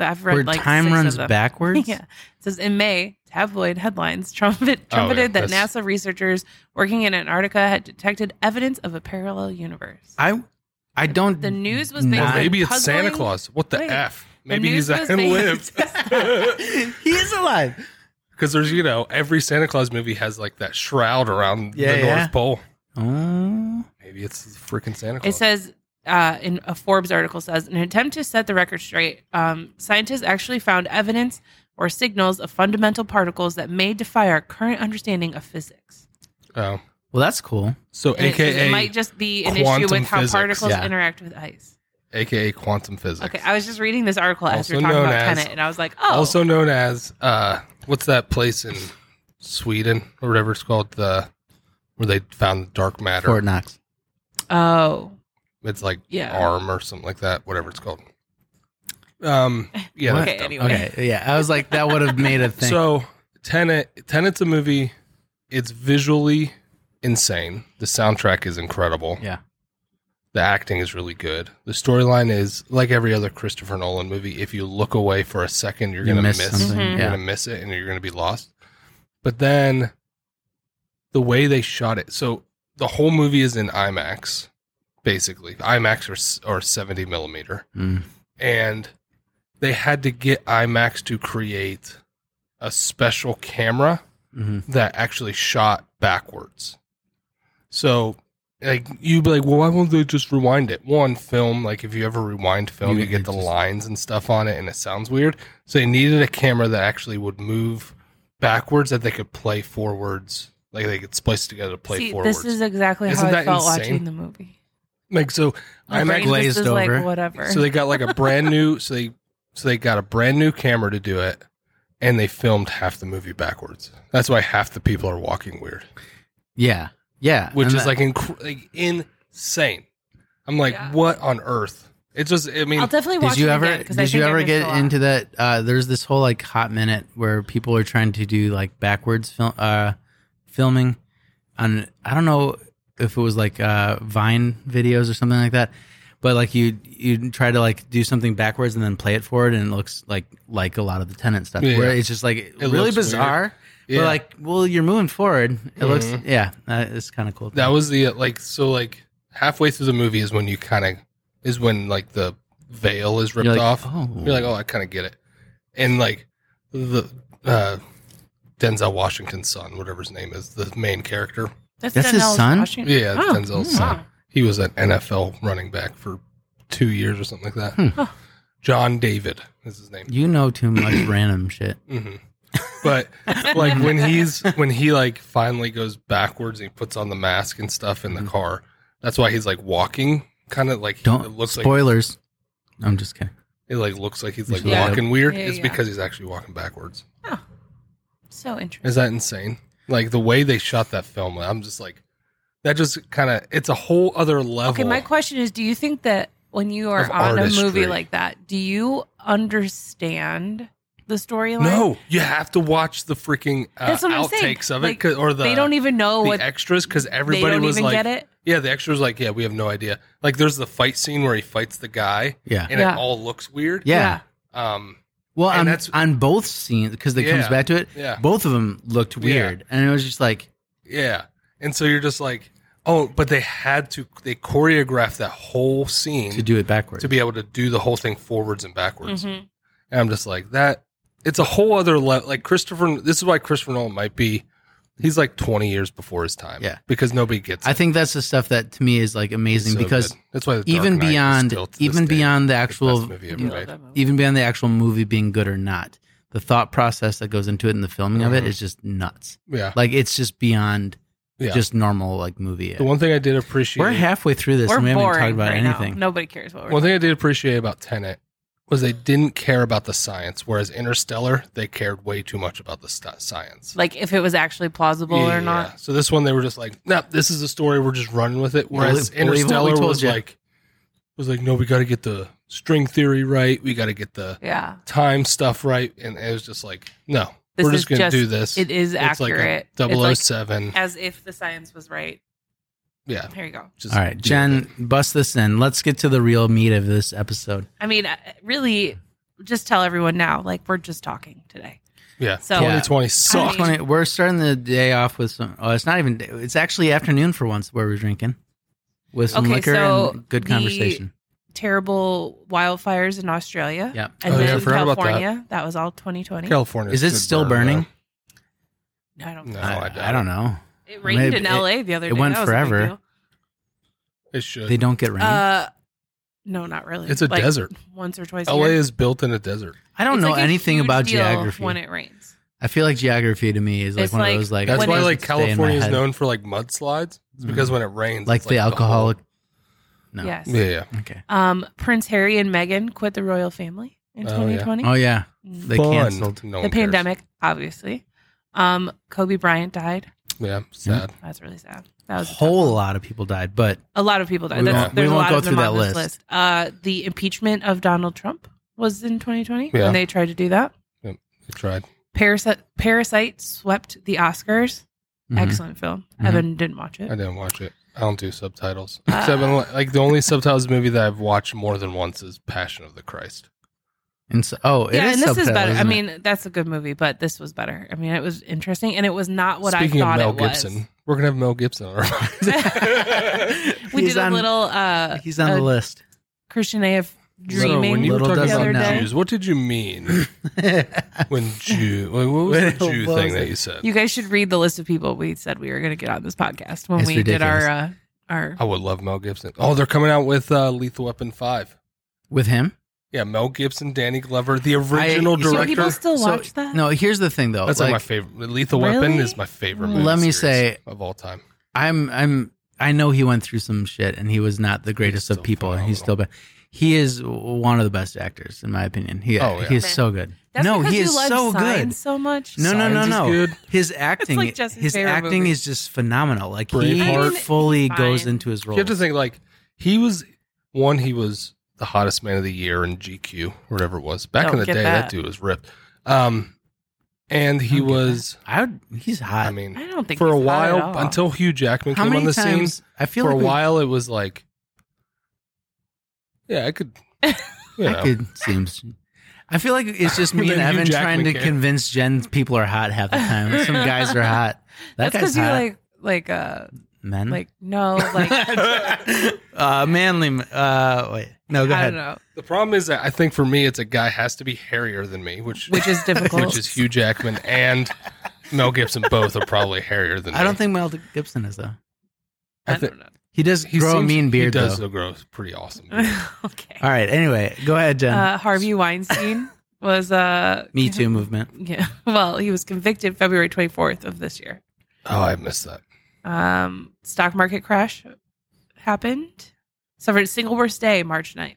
A: I've read
C: Where
A: like
C: time
A: six
C: runs
A: of them. (laughs)
C: backwards.
A: yeah. It says in May, tabloid headlines trumpet,
B: Oh,
A: trumpeted
B: yeah,
A: that
B: that's-
A: NASA researchers working in Antarctica had detected evidence of a parallel universe.
C: I I don't.
A: The news was
B: Or
A: based-
C: not-
B: maybe it's
A: Puzzling-
B: Santa Claus. What the
A: Wait.
B: F?
A: The
B: Maybe
A: news
B: he's
A: was
B: out and
A: based-
B: lived.
C: (laughs)
B: (laughs)
C: he is alive.
B: Because there's, you know, every Santa Claus movie has like that shroud around
C: Yeah,
B: the
C: yeah.
B: North Pole.
C: Oh,
B: Maybe it's freaking Santa
A: (laughs) It
B: Claus.
A: says uh, in a Forbes article says in an attempt to set the record straight, um, scientists actually found evidence or signals of fundamental particles that may defy our current understanding of physics.
B: oh.
C: well, that's cool.
B: So,
A: And it says
B: AKA,
A: it might just be an issue
B: quantum
A: with how
B: physics.
A: particles
C: Yeah.
A: interact with ice.
B: AKA quantum physics.
A: Okay, I was just reading this article as we were
B: Also
A: talking
B: known
A: about
B: as-
A: Tenet, and I was like, oh,
B: Also known as, uh, what's that place in Sweden or whatever it's called? The Where they found the dark matter.
C: Fort Knox.
A: oh,
B: It's like
A: Yeah.
B: arm or something like that, whatever it's called. Um, yeah.
A: Okay,
B: that's dumb.
A: anyway.
C: Okay, yeah, I was like that would have
B: (laughs)
C: made a thing.
B: So Tenet, Tenet's a movie. It's visually insane. The soundtrack is incredible.
C: yeah,
B: The acting is really good. The storyline is like every other Christopher Nolan movie. If you look away for a second, you're
C: You
B: gonna
C: missed
B: miss.
C: something.
A: Mhm.
B: You're
C: Yeah,
B: gonna miss it, and you're gonna be lost. But then, the way they shot it. So the whole movie is in IMAX, basically IMAX or s- or seventy millimeter
C: Mm.
B: and they had to get IMAX to create a special camera
C: Mhm.
B: that actually shot backwards. So, like, you'd be like, well, why won't they just rewind it? One, film, like, if you ever rewind film,
C: You-
B: you, get
C: it
B: the
C: just-
B: lines and stuff on it, and it sounds weird. So, they needed a camera that actually would move backwards that they could play forwards. Like, they could splice together to play
A: see,
B: forwards.
A: this is exactly
B: Isn't
A: how I
B: that
A: felt
B: insane?
A: watching the movie.
B: like, so
A: My
B: IMAX
A: brain just
C: glazed
A: is like,
C: over.
A: whatever.
B: So they got like a
A: (laughs)
B: brand new so they so they got a brand new camera to do it and they filmed half the movie backwards. That's why half the people are walking weird.
C: yeah, yeah.
B: Which
C: and
B: is
C: that-
B: like, inc- like insane. I'm like,
A: Yeah.
B: what on earth? It's just, I mean,
A: I'll definitely watch
C: Did you
A: it
C: ever
A: again, 'cause I
C: did you
A: think I
C: ever
A: missed a
C: get
A: lot.
C: into that uh there's this whole like hot minute where people are trying to do like backwards film uh filming on I don't know if it was like uh Vine videos or something like that. But like you you try to like do something backwards and then play it forward and it looks like like a lot of the tenant stuff.
B: Yeah.
C: Where it's just like really
B: looks
C: bizarre.
B: Yeah.
C: But like, well, you're moving forward. It looks,
B: Mhm.
C: yeah, that is kind of cool.
B: that was the, uh, like, so like halfway through the movie is when you kind of, is when like the veil is ripped
C: You're like,
B: off.
C: Oh,
B: You're like, oh, I kind of get it. And like the, uh, Denzel Washington's son, whatever his name is, the main character.
C: That's his
A: Denzel's
C: son?
A: Washington-
B: Yeah, it's
A: Oh,
B: Denzel's
A: wow.
B: son. He was an NFL running back for two years or something like that.
C: Hmm.
A: Huh.
B: John David is his name.
C: you know too much random shit.
B: hmm But (laughs) like
C: (laughs)
B: when
A: (laughs)
B: he's when he like finally goes backwards and he puts on the mask and stuff in the
C: Mhm.
B: car. That's why he's like walking, kind of like he-
C: Don't
B: it looks like
C: spoilers. I'm just kidding.
B: it like looks like he's
C: You
B: like
C: should look it
B: walking weird.
A: Yeah,
B: it's
A: yeah.
B: because he's actually walking backwards.
A: So interesting.
B: Is that insane? Like the way they shot that film, I'm just like that. Just kind of it's a whole other level.
A: Okay, my question is: Do you think that when you are
B: Of
A: on a
B: artistry.
A: movie like that, do you understand the storyline?
B: No, you have to watch the freaking uh,
A: That's what I'm saying.
B: outtakes of it
A: Like,
B: 'cause- or the
A: they don't even know
B: the
A: what
B: extras because
A: they
B: everybody
A: don't
B: was
A: even
B: like,
A: get it.
B: yeah, the extras like, yeah, we have no idea. Like, there's the fight scene where he fights the guy,
C: Yeah.
B: and
A: Yeah.
B: it all looks weird.
C: Yeah.
B: Um.
C: Well,
B: And
C: on,
B: that's-
C: on both scenes, because it comes
B: Yeah.
C: back to it,
B: Yeah.
C: both of them looked weird. And it was just like,
B: Yeah. And so you're just like, oh, but they had to they choreographed that whole scene
C: to
B: to,
C: do it backwards.
B: be able to do the whole thing forwards and backwards.
A: Mhm.
B: And I'm just like that. It's a whole other le- like Christopher. This is why Christopher Nolan might be. He's like 20 years before his time.
C: Yeah.
B: Because nobody gets.
C: I think that's the stuff that to me is like amazing
B: So
C: because
B: good. that's why the Dark
C: even
B: Knight is
C: beyond,
B: still to this
C: even
B: day
C: beyond the
B: the
C: actual,
B: best movie ever
A: Yeah,
B: made.
A: that movie.
C: even beyond the actual movie being good or not, the thought process that goes into it and the filming of it
B: Mhm.
C: is just nuts.
B: Yeah.
C: Like it's just beyond
B: Yeah.
C: just normal like movie.
B: The one thing I did appreciate.
C: We're halfway through this
A: We're
C: and we haven't talked
A: boring
C: about
A: right
C: anything.
A: now. Nobody cares what we're.
B: one thing I did appreciate about Tenet was they didn't care about the science, whereas Interstellar they cared way too much about the stu science.
A: like if it was actually plausible or
B: Yeah.
A: not.
B: So this one they were just like, no, this is the story. We're just running with it. Whereas
C: Believe- believe what we
B: Interstellar
C: told
B: was
C: you.
B: like, was like, no, we got to get the string theory right. We got to get the
A: Yeah,
B: time stuff right. And it was just like, no,
A: This
B: we're
A: is
B: just going to
A: just-
B: do this. oh
A: it is
B: It's like a
A: accurate. It's like
B: 007.
A: as if the science was right.
B: yeah.
A: There you go.
B: Just
C: All right,
B: deal with
C: Jen, bust this in. Let's get to the real meat of this episode.
A: I mean, uh, really, just tell everyone now. Like we're just talking today.
B: it. Yeah.
A: So
C: Yeah.
B: 2020
A: I
B: sucked.
A: mean-
C: 20 we're starting the day off with some. Oh, it's not even. day- It's actually afternoon for once where we're drinking with some
A: Okay,
C: liquor
A: so
C: and good
A: the-
C: conversation.
A: terrible wildfires in Australia.
C: Yeah.
A: And
B: Oh,
A: then
B: yeah, I forgot about that.
A: California. That. was all 2020.
B: California
C: Is it
B: should
C: still
B: burn,
C: burning?
A: No, I don't.
B: though. No, I,
C: I,
B: doubt
C: I don't know.
A: It rained
C: Maybe-
A: in
C: it-
A: LA the other
C: it
A: day.
C: went
A: That was a big
C: forever.
A: deal.
B: It should.
C: They don't get rain.
A: Uh, no, not really.
B: It's a
A: Like,
B: desert.
A: Once or twice. a
B: LA
A: year.
B: is built in a desert.
C: I don't
A: It's
C: know
A: like a
C: anything
A: huge
C: about
A: deal
C: geography.
A: when it rains.
C: I feel like geography to me is like
A: It's
C: one
A: like-
C: of those like.
B: That's
A: when
B: why
A: it-
B: like
C: doesn't stay in my
B: California is
C: head.
B: known for like mudslides. It's because when it rains,
C: like
B: it's,
C: the alcoholic. No.
A: Yes.
B: whole- yeah.
C: Okay.
A: Um, Prince Harry and Meghan quit the royal family in
B: Oh, yeah.
A: 2020.
C: Oh yeah,
A: Mm.
C: they
B: Fun.
C: canceled.
B: No
A: The
B: one cares.
A: pandemic, obviously. Um, Kobe Bryant died.
C: Hmm?
B: Yeah. Sad.
A: That's really sad.
C: A
A: That was a tough
C: whole lot of people died, but
A: A lot of people died.
C: We
A: That's,
C: won't- we
A: there's a
C: won't
A: lot
C: go
A: of them
C: through
A: on
C: that
A: this
C: list.
A: list. Uh, the impeachment of Donald Trump was in 2020
B: Yeah.
A: when they tried to do that.
B: I tried.
A: Parasite, Parasite swept the Oscars.
C: Mhm.
A: Excellent film.
C: Mhm.
A: Evan didn't watch
B: Mm-hmm. I
A: it.
B: didn't watch it. I don't do subtitles.
A: Uh.
B: Except in, like the only subtitles movie that I've watched more than once is Passion of the Christ.
C: And so, oh, it is
A: yeah, and this is
C: subtitled,
A: better. I
C: isn't it?
A: mean, that's a good movie, but this was better. I mean, it was interesting, and it was not what
B: Speaking
A: I thought
B: of
A: it
B: Mel Gibson,
A: was.
B: we're gonna have Mel Gibson on our
A: (laughs)
B: podcast.
A: We
C: He's
A: did a
C: on-
A: little uh,
C: He's on the
A: uh,
C: list. (laughs)
A: Christian A of
B: (laughs) So when
A: dreaming.
B: you were
C: Little
B: talking
C: does
B: about
A: he know.
B: Jews, what did you mean when Jew? Like, what was
C: When-
B: the Jew
C: (laughs) what
B: thing
C: was
B: that
C: it?
B: you said?
A: you guys should read the list of people we said we were going to get on this podcast when
C: It's
A: we
C: ridiculous.
A: did our uh, our
B: I would love Mel Gibson. Oh, they're coming out with uh, Lethal Weapon Five.
C: With him?
B: Yeah, Mel Gibson, Danny Glover, the original
C: so
A: So
B: director.
A: people still
C: So-
A: watch that?
C: No, here's the thing though.
B: That's like,
C: like,
B: my favorite. Lethal Weapon
A: Really?
B: is my favorite. Movie
C: Let me
B: series
C: say-
B: of all time.
C: I'm I'm I know he went through some shit and he was not the greatest of
B: still
C: people. He's
B: phenomenal.
C: still bad. he is one of the best actors in my opinion. He,
B: Oh, yeah.
C: he is so good.
A: That's
C: no,
A: because
C: he
A: you
C: is
A: love
C: so
A: Signs
C: good.
A: so much.
C: No, no, no,
B: Signs is
C: no.
B: good.
C: (laughs) His acting,
A: like Jesse's
C: his
A: favorite
C: acting
A: movie.
C: is just phenomenal. Like
B: Braveheart.
C: he fully
A: Fine.
C: goes into his role.
B: You have to think like he was one. He was the hottest man of the year in GQ, whatever it was back
A: Don't
B: in the day.
A: get
B: That.
A: that.
B: dude was ripped. Um, and he
C: Don't get
B: was.
C: I would, he's hot.
B: I mean,
A: I don't think
B: for a
A: he's hot at
B: while
A: all.
B: until Hugh Jackman
C: How
B: came
C: many
B: on the
C: times?
B: scene.
C: I feel
B: For
C: like
B: a
C: we-
B: while, it was like, yeah, I could. You know,
C: I could seems. I feel like
B: (laughs)
C: it's just me
B: Then
C: and
B: Hugh
C: Evan trying
B: Jackman
C: to
B: came.
C: convince Jen people are hot half the time. Some guys
A: (laughs)
C: are hot. That
A: That's
C: guy's
A: you
C: hot. Hmm?
A: like like uh
C: Men (laughs)
A: like no like
C: uh, manly. m- Uh, wait, no, go
A: I
C: ahead.
A: don't know,
B: The problem is that I think for me, it's a guy has to be hairier than me, which
A: which
C: (laughs)
A: is difficult.
B: which is Hugh Jackman and Mel Gibson. Both are probably hairier than
C: I don't
B: me.
C: think Mel Gibson is though.
A: I,
B: thi-
A: don't
C: He does
B: he
C: grow a
B: seems-
C: mean beard
B: He
C: though.
B: does grow pretty awesome. beard.
A: know. (laughs) okay.
C: All right. Anyway, go ahead, Jen.
A: Uh, Harvey Weinstein was uh
C: Me Too movement.
A: (laughs) Yeah. Well, he was convicted February 24th of this year.
B: Oh, I missed that.
A: Um, stock market crash happened. Suffered a single worst day, March 9th.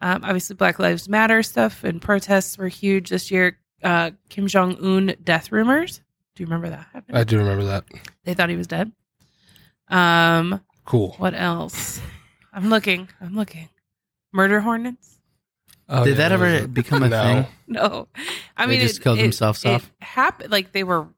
A: Um, obviously, Black Lives Matter stuff and protests were huge this year. Uh, Kim Jong Un death rumors. Do you remember that happened?
B: I do remember that.
A: they thought he was dead. Um,
B: Cool.
A: what else? I'm looking. I'm looking. Murder hornets. (laughs)
B: Oh,
C: Did
B: yeah,
C: that
B: was
C: ever
B: it.
C: become a
B: No.
C: thing?
A: No, I
C: They
A: mean
C: just killed themselves off?
A: It happened like they were,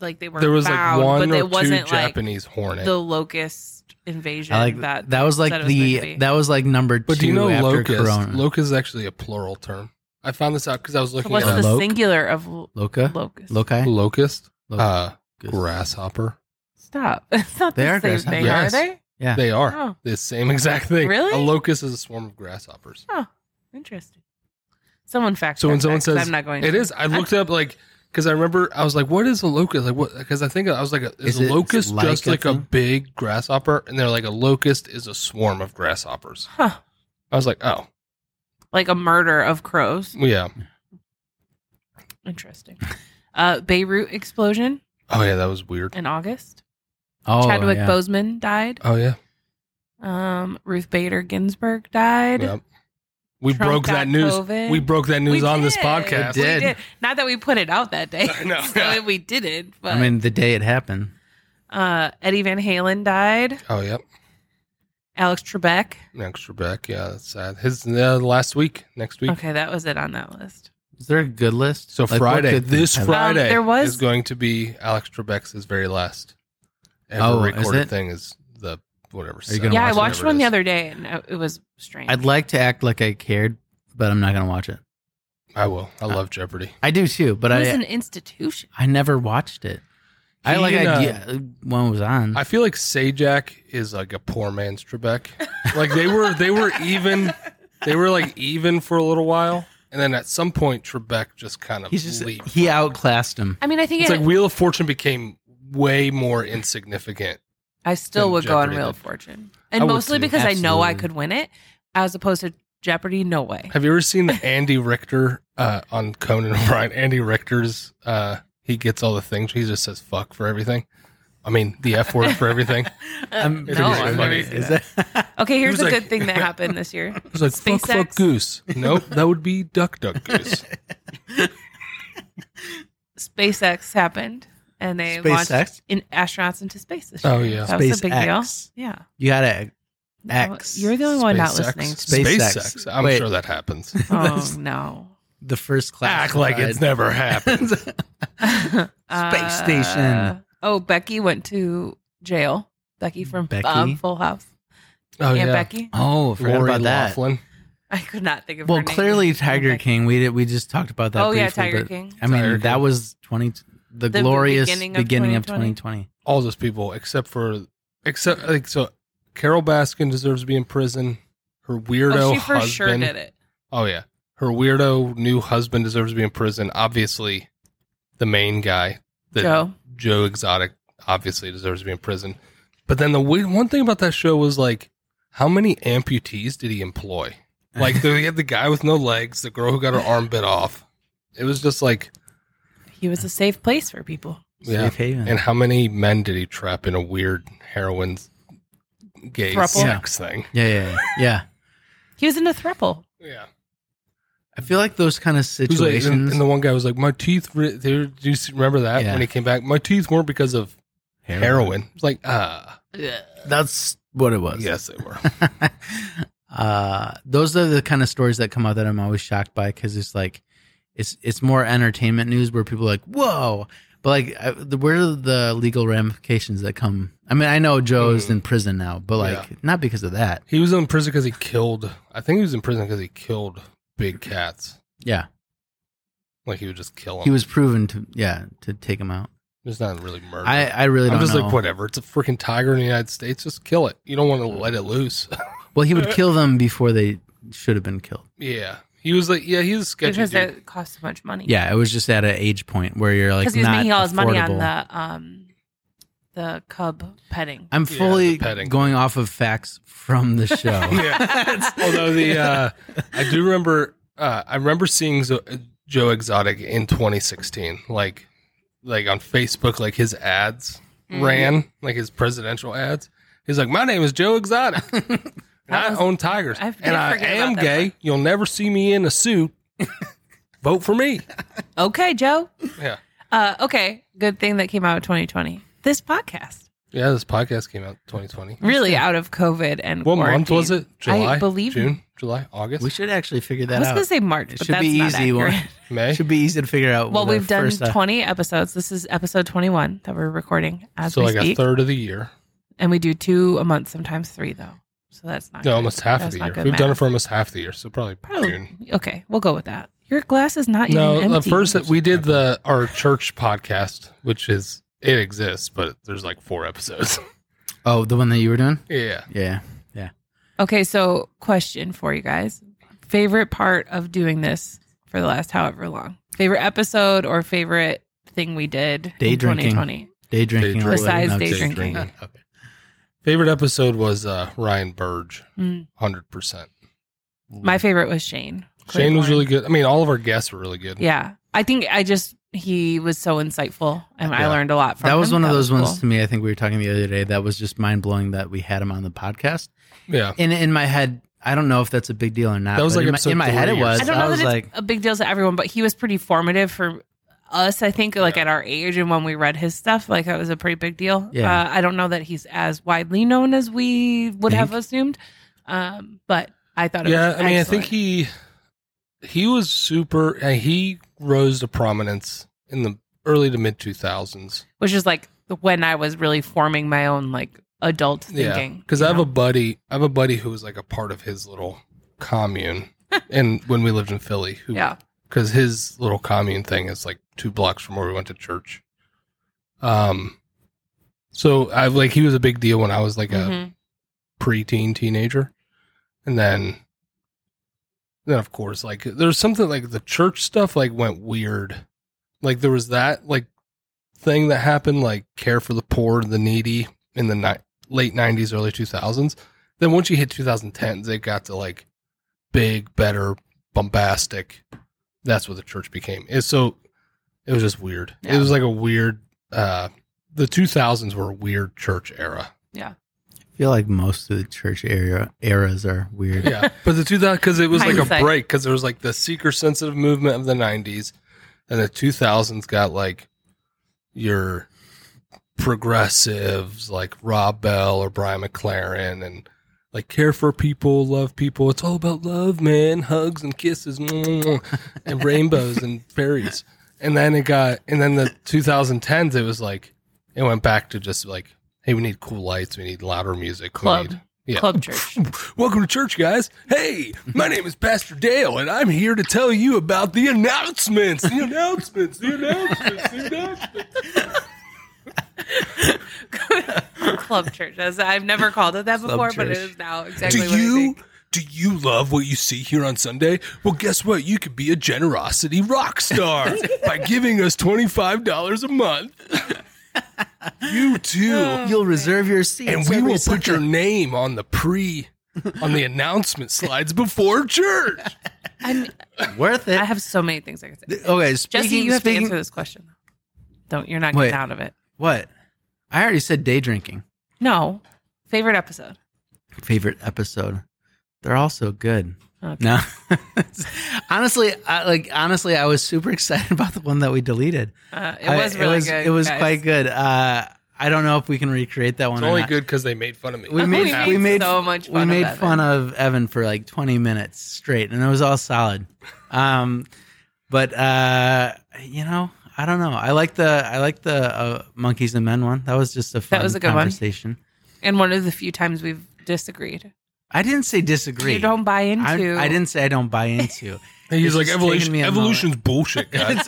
A: like they were.
B: There was
A: found,
B: like one
A: but it
B: or two
A: wasn't like
B: Japanese hornet.
A: the locust invasion.
C: I like
A: that.
C: that. That was like
A: said it was meant to
C: the
A: be.
C: that was like number
B: but
C: two
B: do you know
C: after
B: locust?
C: Corona.
B: Locust is actually a plural term. I found this out because I was
A: So
B: looking
A: what's
B: at
A: the
C: Loc-
A: singular of lo-
C: Loca,
A: locust?
C: loci,
B: locust,
C: Oh,
B: uh,
C: Locust.
B: grasshopper.
A: Stop. (laughs) It's not
C: They are
A: the same
C: grasshoppers.
A: thing,
B: Yes.
A: are they?
C: Yeah.
B: They are
A: Oh,
B: the same exact thing.
A: Really?
B: A locust is a swarm of grasshoppers.
A: interesting. Someone fact.
B: So when
A: check
B: someone
A: that, 'cause
B: says-
A: "I'm not going,"
B: It
A: to.
B: is. I looked up like because I remember I was like, "What is a locust?" Like what? Because I think I was like, "Is,
C: Is
B: a
C: it
B: locust
C: like
B: just
C: a
B: like a
C: thing?
B: big grasshopper?" And they're like, "A locust is a swarm of grasshoppers."
A: Huh.
B: I was like, "Oh,
A: like a murder of crows.
B: yeah,
A: Interesting. Uh, Beirut explosion
B: oh yeah, that was weird."
A: in August.
C: oh,
A: Chadwick
C: yeah.
A: Boseman died.
B: Oh yeah,
A: Um, Ruth Bader Ginsburg died.
B: Yep. We
A: Trump
B: broke
A: got
B: that news.
A: COVID.
B: We broke that news
A: We
B: on this
A: did.
B: podcast.
C: We
A: We
C: did.
A: did. Not that we put it out that
C: (laughs)
A: day.
B: I
A: (laughs)
B: know.
A: so we didn't. But
C: I mean, the day it happened.
A: uh, Eddie Van Halen died.
B: Oh yeah,
A: Alex Trebek.
B: next Trebek. Yeah, that's sad. His uh, last week, next week.
A: Okay, that was it on that list.
C: Is there a good list?
B: So
C: Like, what
B: Friday,
C: good
B: this
C: thing happened?
B: Friday,
A: there was-
B: is going to be Alex Trebek's his very last ever
C: Oh, is
B: recorded
C: it?
B: thing. Is the whatever?
C: you gonna
A: Yeah, I
C: watch it,
A: watched one the
B: whatever
A: other day and uh, it was strange.
C: I'd like to act like I cared, but I'm not gonna watch it.
B: it is. I will. I love Jeopardy.
C: I do too, but
A: it was
C: I
A: an institution.
C: I never watched it. I
B: He,
C: like
B: uh,
C: idea when it was on.
B: I feel like Sajak is like a poor
A: (laughs)
B: man's Trebek. like they were, they were even. They were like even for a little while, and then at some point, Trebek just kind of
C: He's just
B: leaped.
C: he outclassed him.
A: I mean, I think
B: It's
A: it,
B: like Wheel of Fortune became way more insignificant.
A: I still
B: Then
A: would go on
B: Jeopardy
A: Wheel of
B: did.
A: Fortune,
B: I
A: and
B: would
A: mostly
B: too.
A: because I know I
C: Absolutely.
A: could win it, as opposed to Jeopardy. No (laughs) way.
B: Have you ever seen the Andy Richter uh, on Conan (laughs) O'Brien? Andy Richter's uh, he gets all the things. He just says "fuck" for everything. I mean, the F word for everything.
C: I'm-
A: Uh, no,
B: It's really
A: I've never
B: funny.
A: seen that. Okay, here's
B: was
A: a
B: like-
A: good
B: (laughs)
A: thing that happened this year.
B: (laughs) He's like "fuck, fuck,
A: SpaceX.
B: goose." Nope, that would be "duck, (laughs) duck, goose."
A: SpaceX happened, and they
C: (laughs) SpaceX?
A: launched in astronauts into space. This year.
B: Oh, yeah.
A: that was a big deal.
C: SpaceX.
A: Yeah,
C: You gotta
A: No,
C: X.
A: You're the only one not
B: SpaceX.
A: listening. To
C: Space-
A: me.
C: SpaceX.
B: SpaceX. I'm
C: Wait.
B: sure that happens.
A: Oh no.
C: the first class.
B: Act like it's never happened.
A: Space
C: station.
A: Oh, Becky went to jail. Becky from
C: Becky?
A: Um, Full House.
B: Oh
A: Aunt
B: yeah,
A: Becky.
C: (laughs) oh, I forgot
B: Lori
C: about that.
B: Loughlin.
A: I could not think of.
C: Well,
A: her name.
C: clearly
A: Aunt
C: Tiger
A: Becky.
C: King. We did, we just talked about that.
A: Oh yeah,
C: briefly,
A: Tiger
C: but-
A: King.
C: I mean,
B: Tiger
C: that
B: King.
C: was twenty. The,
A: The
C: glorious
A: beginning
C: beginning,
A: of
C: of
A: 2020.
C: 2020.
B: all those people except for except like so. Carol Baskin deserves to be in prison. Her weirdo
A: Oh, she for
B: husband.
A: sure did it.
B: Oh yeah, her weirdo new husband deserves to be in prison. Obviously, the main guy, the Joe,
A: Joe.
B: Exotic, obviously deserves to be in prison. But then the weird, one thing about that show was like, how many amputees did he
C: (laughs)
B: employ? Like they had the guy with no legs, the girl who got her arm bit off. It was just like,
A: He was a safe place for people.
B: yeah.
C: Safe haven.
B: And how many men did he trap in a weird heroin, gay
A: Thruple.
B: sex thing?
C: yeah, yeah, yeah.
A: He was in a thruple.
B: Yeah.
C: I feel like those kind of
B: Who's like, and,
C: situations.
B: and the one guy was like, "My teeth." Re- they were, do you see- remember that
C: Yeah.
B: when he came back? My teeth weren't because of
C: Heroin.
B: heroin. It's like ah,
C: That's what it was.
B: yes, they were.
C: (laughs) uh, those are the kind of stories that come out that I'm always shocked by because it's like, it's it's more entertainment news where people are like, whoa. But like, I, the, where are the legal ramifications that come? I mean, I know Joe's
B: Mm.
C: in prison now, but like, not because of that.
B: He was in prison because he killed. I think he was in prison because he killed big cats.
C: Yeah,
B: Like he would just kill them.
C: he was proven to yeah to take him out.
B: It's not really murder.
C: I I really don't
B: I'm just
C: know.
B: like whatever. It's a freaking tiger in the United States. Just kill it. You don't want to let it loose. (laughs)
C: Well, he would kill them before they should have been killed.
B: yeah, he was like yeah, he was sketchy.
A: because
B: dude.
A: it cost so much money.
C: Yeah, it was just at an age point where you're like
A: because he was
C: not
A: making all his money on
C: affordable.
A: the um the cub petting.
C: (laughs) I'm
B: Yeah,
C: fully
B: the petting.
C: going off of facts
B: (laughs)
C: from the show.
B: Yeah. Although the uh, I do remember uh, I remember seeing Zo- Joe Exotic in 2016, like like on Facebook, like his ads
A: Mm-hmm.
B: ran, like his presidential ads. He's like, my name is Joe
A: (laughs)
B: Exotic. and I own tigers,
A: I did
B: and I
A: forget
B: am
A: about that
B: gay.
A: part.
B: You'll never see me in
A: (laughs)
B: a suit. Vote for me.
A: (laughs) Okay, Joe.
B: Yeah,
A: Uh, okay, good thing that came out of 2020. This podcast
B: yeah. This podcast came out 2020.
A: really out of COVID and
B: What month was
A: quarantine.
B: it? July,
A: I believe
B: June, July, August,
C: We should actually figure
A: I
C: that
A: was
C: out.
A: going to say March,
C: It
A: but
C: should
A: that's
C: be
A: not
C: easy one.
A: accurate.
B: (laughs) May.
C: should be easy to figure out.
A: Well,
C: with
A: we've
C: our
A: done
C: first, uh,
A: 20 episodes. This is episode 21 that we're recording as
B: so
A: we
B: like a
A: speak,
B: third of the year.
A: and we do two a month, sometimes three though. So that's not
B: No,
A: good.
B: almost half of
A: That's
B: the
A: not
B: year.
A: good
B: We've done it
A: math.
B: for almost half the year, so probably, June.
A: Probably, okay, we'll go with that. Your glass is not
B: No,
A: even
B: the
A: empty.
B: first that we
A: (laughs)
B: did the our church podcast, which is it exists, but there's like four episodes. (laughs)
C: Oh, the one that you were doing.
B: yeah,
C: Yeah.
A: Okay, so question for you guys. Favorite part of doing this for the last however long? Favorite episode or favorite thing we did
C: Day
A: in
C: drinking.
A: 2020?
C: Day drinking.
B: drinking.
C: or whatever.
A: Besides
C: No,
A: day
C: just-
A: drinking.
B: (laughs)
C: Okay.
B: favorite episode was uh, Ryan Burge,
A: Mm.
B: hundred percent.
C: Mm-hmm.
A: My favorite was Shane.
B: Shane was
A: Claiborne.
B: really good. I mean, all of our guests were really good.
A: Yeah. I think I just he was so insightful and I
B: Yeah.
A: learned a lot from
C: That was
A: him.
C: one of those
A: was
C: ones to
A: cool.
C: me. I think we were talking the other day. That was just mind blowing that we had him on the podcast.
B: yeah.
C: In in my head, I don't know if that's a big deal or not.
B: That was
C: but
B: like
C: in my,
B: episode
C: in my head, it
B: three or
C: was.
A: I
C: I,
A: don't know that
C: was
A: it's
C: like,
A: a big deal to everyone, but he was pretty formative for us, I think, like
B: Yeah.
A: at our age and when we read his stuff, like that was a pretty big deal.
C: Yeah.
A: Uh, I don't know that he's as widely known as we would have
C: Think?
A: assumed, um, but I thought it
B: yeah
A: was
B: i mean i
A: excellent.
B: think he he was super and he rose to prominence in the early to mid 2000s
A: which is like when I was really forming my own like adult
B: yeah
A: thinking.
B: because
A: you
B: i have
A: know?
B: a buddy i have a buddy who was like a part of his little commune
A: (laughs)
B: and when we lived in philly who
A: yeah.
B: because his little commune thing is like two blocks from where we went to church um so i like he was a big deal when i was like a
A: Mhm.
B: preteen teenager, and then then of course like there's something like the church stuff like went weird, like there was that like thing that happened like care for the poor and the needy in the ni- late '90s, early 2000s. Then once you hit 2010s, it got to like big, better, bombastic. That's what the church became. It's so it was just weird.
A: Yeah.
B: It was like a weird. uh The 2000s were a weird church era.
C: I feel like most of the church era eras are weird.
B: yeah but the 2000 because it was like a
A: Hindsight.
B: break because there was like the seeker sensitive movement of the 90s and the 2000s got like your progressives like rob bell or brian mclaren and like care for people love people it's all about love man hugs and kisses (laughs) and rainbows and fairies and then it got and then the 2010s it was like it went back to just like hey we need cool lights we need louder music we
A: Club.
B: need- yeah
A: Club church.
B: Welcome to church, guys. Hey, my name is Pastor Dale, and I'm here to tell you about the announcements. The announcements. The announcements. The announcements.
A: Club church. As I've never called it that before, but it
C: church.
A: is now exactly
B: Do
A: what I
B: you
A: think.
B: do you love what you see here on Sunday? Well, guess what? You could be a generosity rock star by giving us twenty five dollars a month. You too,
C: Oh, You'll reserve your seat,
B: and we will put your name on the pre on the announcement slides before church.
A: I'm,
C: worth it.
A: I have so many things I could say.
C: okay, uh, speaking,
A: Jesse, you have
C: speaking,
A: to answer this question. Don't you're not
C: Wait.
A: getting out of it.
C: What? I already said day drinking.
A: No. Favorite episode.
C: Favorite episode. They're all so good.
A: Okay.
C: No, (laughs) honestly, I, like honestly, I was super (laughs) excited about the one that we deleted.
A: Uh, it
C: I-
A: was really
C: it was,
A: good.
C: It was
A: guys.
C: quite good. Uh, I don't know if we can recreate that one.
B: It's
C: or
B: only
C: not.
B: good because they made fun of me. (laughs)
C: We
A: We
C: made we made
A: so much
C: we
A: fun
C: made
A: of
C: fun
A: Evan.
C: of Evan for like 20 minutes straight, and it was all solid. Um, but uh, you know, I don't know. I like the I like the uh, monkeys and men one. That was just a fun
A: was a good one.
C: conversation.
A: and one of the few times we've disagreed.
C: I didn't say disagree.
A: You don't buy
C: I,
A: into.
C: I didn't say I don't buy into.
A: (laughs)
B: And he's
C: It's
B: like,
C: just taken
B: evolution,
C: me a
B: evolution's
C: (laughs)
B: bullshit, guys.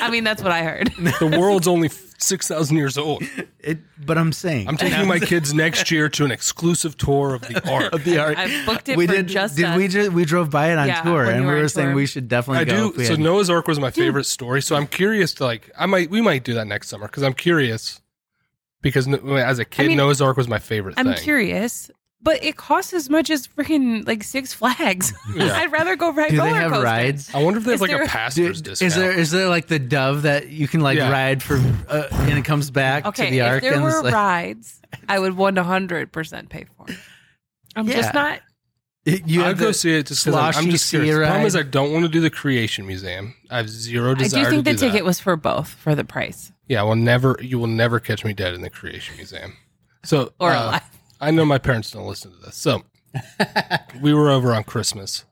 A: I mean, that's what I heard.
B: the world's only six thousand years old.
C: it, but I'm saying (laughs)
B: I'm (laughs) taking my kids next year to an exclusive tour of the art.
C: of the art.
A: I booked it
C: we
A: for
C: did.
A: just
C: did
A: us.
C: we just we drove by it on
A: Yeah,
C: tour,
A: when you
C: and we
A: were
C: were
A: on
C: saying
A: tour.
C: we should definitely
B: I
C: go.
B: do.
C: if we
B: So
C: had-
B: Noah's Ark was my favorite story. So I'm curious to like, I might, we might do that next summer because I'm curious. Because no- as a kid,
A: mean,
B: Noah's Ark was my favorite
A: I'm
B: thing.
A: curious, but it costs as much as freaking like Six
C: (laughs)
A: Flags.
B: Yeah.
A: I'd rather go ride
C: do they
A: roller
C: have
A: coasters.
C: rides?
B: I wonder if there's
A: Is
B: like
A: there-
B: a pastor's
C: Dude,
B: discount.
C: is there is there like the dove that you can like
B: Yeah.
C: ride for uh, and it comes back
A: Okay,
C: to the
A: if
C: ark
A: there
C: and
A: were
C: (laughs) it's like,
A: rides, I would 100 percent pay for. it. I'm
C: Yeah.
A: just not.
C: you
B: I'd
C: have
B: go
C: the-
B: see it just 'cause I'm, I'm
C: sloshy
B: just
C: sea
B: curious. The problem
C: ride.
B: is I don't want to do the Creation Museum. I have zero
A: I
B: desire
A: do think
B: to
A: the
B: do that.
A: ticket was for both for the price
B: Yeah, well, never. You will never catch me dead in the Creation Museum. So,
A: or
B: uh,
A: alive.
B: I know my parents don't listen to this. So, we were over on Christmas,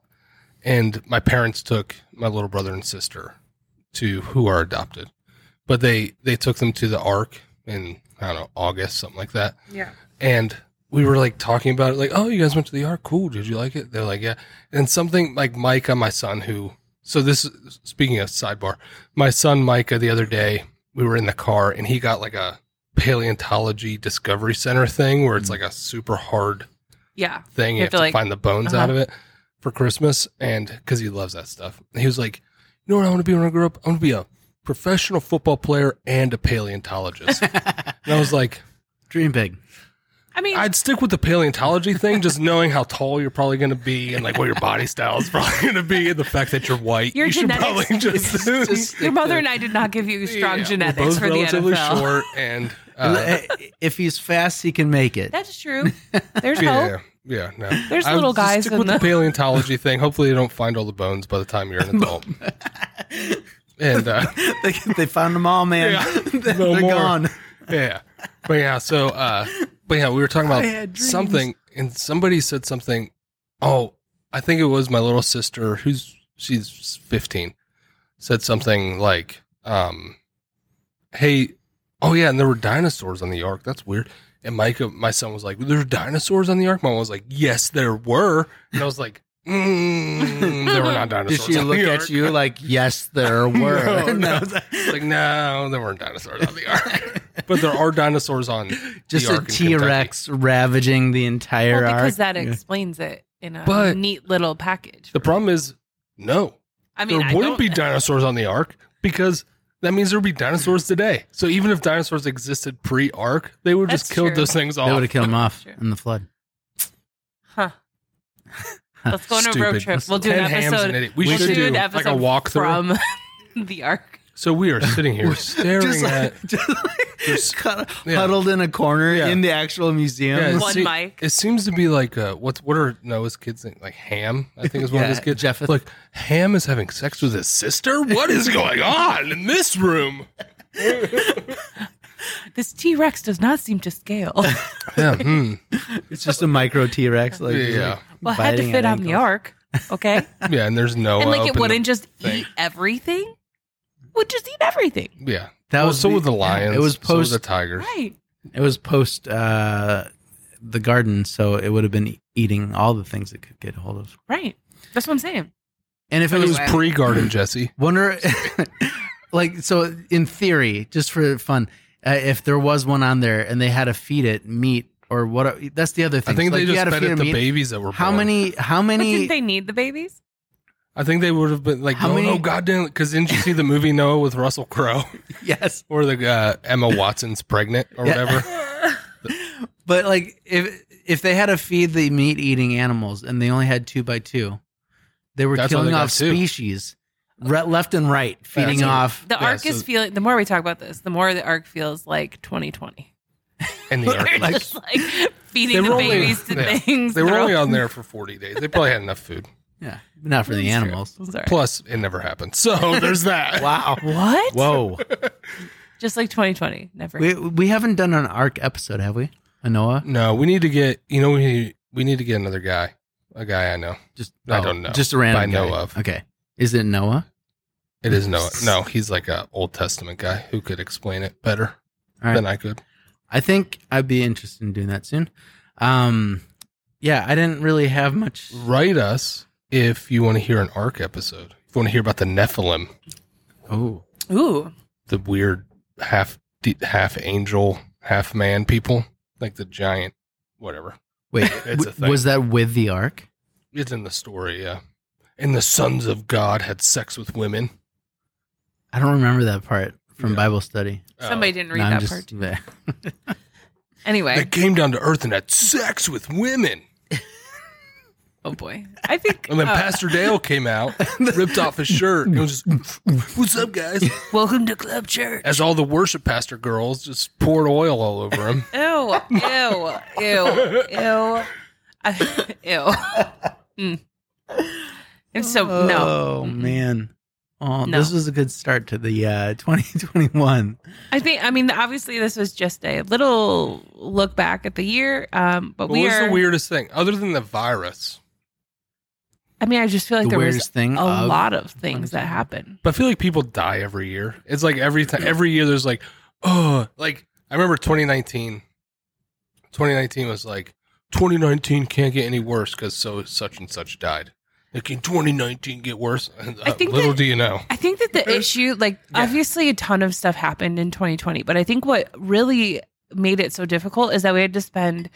B: and my parents took my little brother and sister to who are adopted, but they they took them to the Ark in I don't know August something like that.
A: Yeah.
B: And we were like talking about it, like, oh, you guys went to the Ark, cool. Did you like it? They're like, yeah. And something like Micah, my son, who so this speaking of sidebar, my son Micah the other day we were in the car and he got like a paleontology discovery center thing where
A: Mm.
B: it's like a super hard
A: Yeah.
B: thing. You, have, to,
A: like- uh-huh.
B: find the bones out of it for Christmas, and because he loves that stuff, And he was like, "You know what I want to be when I grow up? I want to be a professional football player and a paleontologist." and I was like, (laughs)
C: dream big
A: I mean,
B: "I'd stick with the paleontology thing, just knowing how tall you're probably going to be, and like what your body style is probably (laughs) going to be, and the fact that you're white.
A: Your
B: you should
A: genetics- (laughs)
B: probably just."
A: your mother and I did not give you strong
B: (laughs) Yeah, we're
A: genetics
B: both
A: for the
B: relatively
A: NFL.
B: short, and uh,
C: eh, if he's fast he can make it
A: (laughs) That's
B: (laughs)
A: true. There's hope.
B: yeah, yeah, no.
A: There's
B: I would
A: little
B: just
A: guys
B: Stick
A: in
B: with the
A: the-
B: paleontology thing. Hopefully, they don't find all the bones by the time
A: (laughs)
B: you're an adult. and uh,
C: they, (laughs) they found them all man
B: Yeah.
C: (laughs) they're
B: No more.
C: gone
B: yeah. But yeah, so uh but yeah, we were talking
C: had
B: about
C: dreams.
B: something and somebody said something oh, I think it was my little sister who's she's 15 said something like um hey, oh yeah, and there were dinosaurs on the ark. That's weird. And Micah, my son was like, "There's dinosaurs on the ark." My mom was like, "Yes, there were." And I was like, mm, "There were
C: (laughs)
B: not
C: did
B: dinosaurs."
C: she
B: on
C: look
B: the
C: at
B: ark.
C: you like yes
B: (laughs)
C: there were
B: No,
C: And I
B: no. (laughs)
C: was like,
B: It's like, no, there weren't dinosaurs on the ark. but there are dinosaurs on
C: (laughs) just
B: the
C: a
B: ark in Kentucky.
C: t-rex ravaging the entire
A: Well, because
C: arc.
A: that explains it in a
B: But-
A: neat little package.
B: The problem is, no,
A: I mean,
B: there
A: I don't, (laughs)
B: wouldn't be dinosaurs on the ark because that means there would be dinosaurs today. So even if dinosaurs existed pre-ark, they would have just
A: That's
B: killed
A: true.
B: those things
C: they would
B: off.
C: have killed him off
A: Oh. Sure.
C: in the flood
A: huh. Let's go on a road
B: Stupid.
A: trip. We'll do an
B: Ten hams
A: episode.
B: and an idiot. We
A: we'll
B: should
A: do
B: do
A: an
B: like a
A: episode
B: walkthrough.
A: from (laughs) the arc.
B: So we are sitting
C: (laughs)
B: here staring
C: just (laughs)
B: at. (laughs)
C: like, just like cut-
B: Yeah.
C: huddled in a corner
B: Yeah.
C: in the actual museum
B: Yeah, it
A: One
B: se-
A: mic.
B: It seems to be like uh, what's what are Noah's kids think? like Ham? I think is one
C: (laughs) Yeah,
B: of his kids.
C: Japheth.
B: Like Ham is having sex with his sister. What is going on in this room?
A: This T Rex does not seem to
B: (laughs)
A: scale.
B: Yeah, hmm.
C: It's just a micro T Rex. Like,
B: Yeah.
A: Well, it had to
C: biting at
A: fit on the
C: ankles.
A: arc, okay?
B: yeah, and there's no
A: and like
B: up in
A: it
B: Oh, the-
A: wouldn't just
B: thing.
A: eat everything. Would just eat everything,
B: Yeah,
C: That
B: well,
C: was
B: so
C: the-
B: with the
C: yeah,
B: lions.
C: it was
B: so with
C: post-
B: the tigers.
A: right?
C: It was post uh, the garden, so it would have been eating all the things it could get a hold of.
A: Right. That's what I'm saying.
C: And if it
A: Oh,
B: It
C: was
B: was pre garden, Jesse.
C: wonder, (laughs) like, so in theory, just for fun, uh, if there was one on there and they had to feed it meat or what, that's the other
B: I
C: thing.
B: think
C: So,
B: they
C: like, you had
B: just
C: to
B: fed
C: feed
B: it
C: it
B: the
C: meat.
B: babies that were
C: How
B: born.
C: many? How
A: But
C: many?
A: didn't they need the babies?
B: I think they would have been like,
C: How
B: no,
C: many-
B: no, goddamn, because didn't you see the movie Noah with Russell Crowe,
C: (laughs)
B: (laughs)
C: yes,
B: or the uh, Emma Watson's pregnant or
C: Yeah. (laughs)
B: whatever?
C: but like if if they had to feed the meat eating animals and they only had two by two, they were
B: That's how
C: killing
B: they got
C: off
B: two.
C: species re- left and right, feeding
B: That's-
C: off.
A: The
B: Yeah,
A: arc
B: so-
A: is feeling. The more we talk about this, the more the arc feels like 2020.
B: and (laughs) the
A: They're
C: (laughs)
B: Arctics.
A: just like feeding the babies to
B: yeah,
A: things.
B: They were
A: They're
B: only
A: all-
B: on there for 40 days. They probably had enough food.
C: Yeah, but not for
B: (laughs)
C: the animals.
A: Sorry.
B: Plus, it never happened.
C: (laughs)
B: So there's that.
C: Wow.
A: What?
C: Whoa.
A: Just like 2020. Never.
C: we we haven't done an arc episode, have we? A Noah?
B: No, we need to get, you know, we need, we need to get another guy. A guy I know.
C: Just oh,
B: I don't know.
C: Just a random.
B: I know
C: guy.
B: of.
C: Okay. Is it Noah?
B: It is Noah. No, he's like a Old Testament guy who could explain it better
C: All right.
B: than I could.
C: I think I'd be interested in doing that soon. Um, yeah, I didn't really have much.
B: Write us if you want to hear an arc episode. If you want to hear about the Nephilim,
C: Oh,
A: Ooh.
B: the weird half de- half angel, half man people, like the giant, whatever.
C: wait,
B: (laughs) It's a
C: w-
B: thing.
C: was that with the arc?
B: It's in the story, yeah. And the sons of God had sex with women.
C: I don't remember that part from
B: Yeah.
C: Bible study.
A: Somebody didn't read
C: No, I'm
A: that
C: just-
A: part. (laughs)
C: yeah.
B: Uh, They
A: Anyway.
B: came down to earth and had sex with women.
A: Oh boy. I
B: (laughs)
A: think.
B: And then
A: uh,
B: Pastor Dale
A: (laughs)
B: came out, ripped off his shirt, and was just, What's up, guys?
A: Welcome to Club Church.
B: As all the worship pastor girls just poured oil all
A: (laughs)
B: over him.
A: Ew. Ew. Ew. Ew. (laughs) I- ew. Mm. It's so no.
C: Oh man. Oh,
A: No.
C: this was a good start to the uh, (laughs) 2021.
A: I think I mean obviously this was just a little look back at the year, um, but
B: What
A: we
B: was
A: are.
B: the weirdest thing? Other than the virus.
A: I mean, I just feel like
C: the
A: there
C: weirdest
A: was
C: thing.
A: a
C: of-
A: lot of things that happened.
B: But I feel like people die every year. It's like every time, every year there's like, oh, like I remember 2019. 2019 was like 2019 can't get any worse because so such and such died. Like can 2019 get worse? (laughs) Uh,
A: I think
B: Little
A: that-
B: do you know.
A: I think that the issue, like,
B: Yeah.
A: obviously a ton of stuff happened in 2020, but I think what really made it so difficult is that we had to spend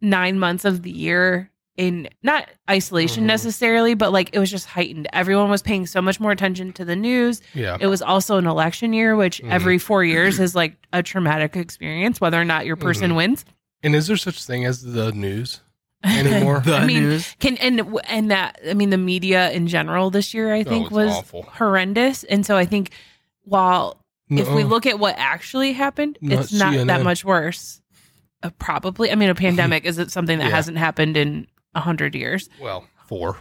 A: nine months of the year in not isolation
B: Mhm.
A: necessarily, but like it was just heightened. Everyone was paying so much more attention to the news.
B: Yeah,
A: It was also an election year, which
B: Mhm.
A: every four years is like a traumatic experience, whether or not your
B: Mm-hmm.
A: person wins.
B: and is there such thing as the news anymore?
A: (laughs)
C: The
A: I mean,
C: news.
A: Can and and that I mean the media in general this year I
B: Oh,
A: think
B: it's
A: was
B: awful.
A: horrendous, and so I think while if we (laughs)
B: No.
A: look at what actually happened,
B: Not
A: it's not that
B: CNN.
A: much worse. Uh, probably, I mean, a
B: (laughs)
A: pandemic is it something that
B: Yeah.
A: hasn't happened in a hundred years?
B: well, four.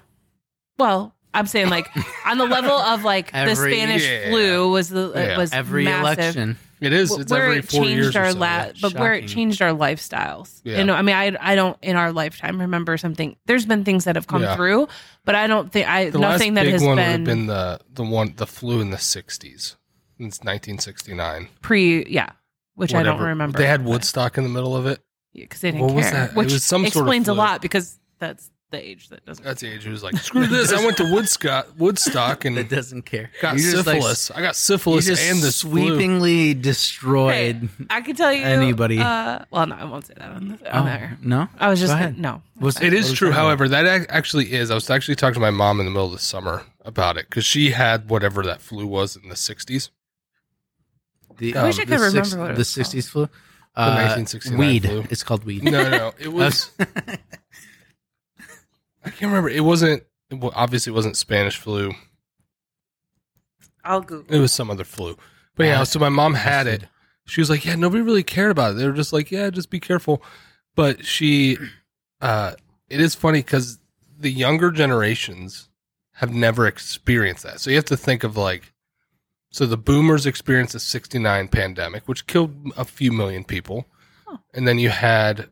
A: Well, I'm saying like on the
B: (laughs)
A: level of like the
C: Every-
A: Spanish
B: Yeah.
A: flu was the it
B: Yeah.
A: was
C: Every
A: massive.
C: election.
B: It is.
A: W-
B: It's every four years.
A: our
B: or so,
A: la-
B: yeah.
A: but where it
C: Shocking.
A: changed our lifestyles.
B: Yeah.
A: You know, I mean, I I don't in our lifetime remember something. There's been things that have come
B: Yeah.
A: through, but I don't think I
B: The
A: nothing that
B: last big
A: has
B: one would have
A: been,
B: been the the one the flu in the 60s. It's 1969.
A: pre yeah, which I don't
B: Whatever.
A: remember.
B: They had Woodstock in the middle of it.
A: because they didn't
B: What
A: care,
B: was that? It
A: which
B: was some sort of Uh,
A: explains
B: flu.
A: a lot because that's the age that doesn't.
B: That's the age who was like,
A: (laughs)
B: screw this. I went to Woodstock, Woodstock
C: (laughs)
B: and
C: That doesn't care.
B: Mm. got
C: You're just, like,
B: syphilis. I got
C: You
B: syphilis
C: just
B: and the sweeping.
C: sweepingly destroyed.
A: I could tell you
C: Anybody.
A: Uh, well, no, I won't say that on this.
C: Oh,
A: on air.
C: no,
A: I was just
C: Go
A: gonna,
C: ahead.
A: no.
C: Was-
B: It
C: What
B: is
C: was
B: true,
C: that about?
B: however, that ac- actually is. I was actually talking to my mom in the middle of the summer about it because she had whatever that flu was in the 60s,
C: The, um,
B: I wish
A: I
C: the
A: could remember
C: six-
A: what it
C: the
A: was called.
C: '60s flu.
B: the
C: Uh,
B: 1969
C: weed.
B: flu.
C: It's called weed.
B: No, no, it
C: (laughs)
B: was. I can't remember. It wasn't. it wa- Obviously, it wasn't Spanish flu.
A: I'll Google.
B: It was some other flu. But yeah, so my mom had it. She was like, "Yeah, nobody really cared about it. They were just like, yeah, just be careful." But she, uh, it is funny because the younger generations have never experienced that. So you have to think of like, so the boomers experienced the '69 pandemic, which killed a few million people, and then you had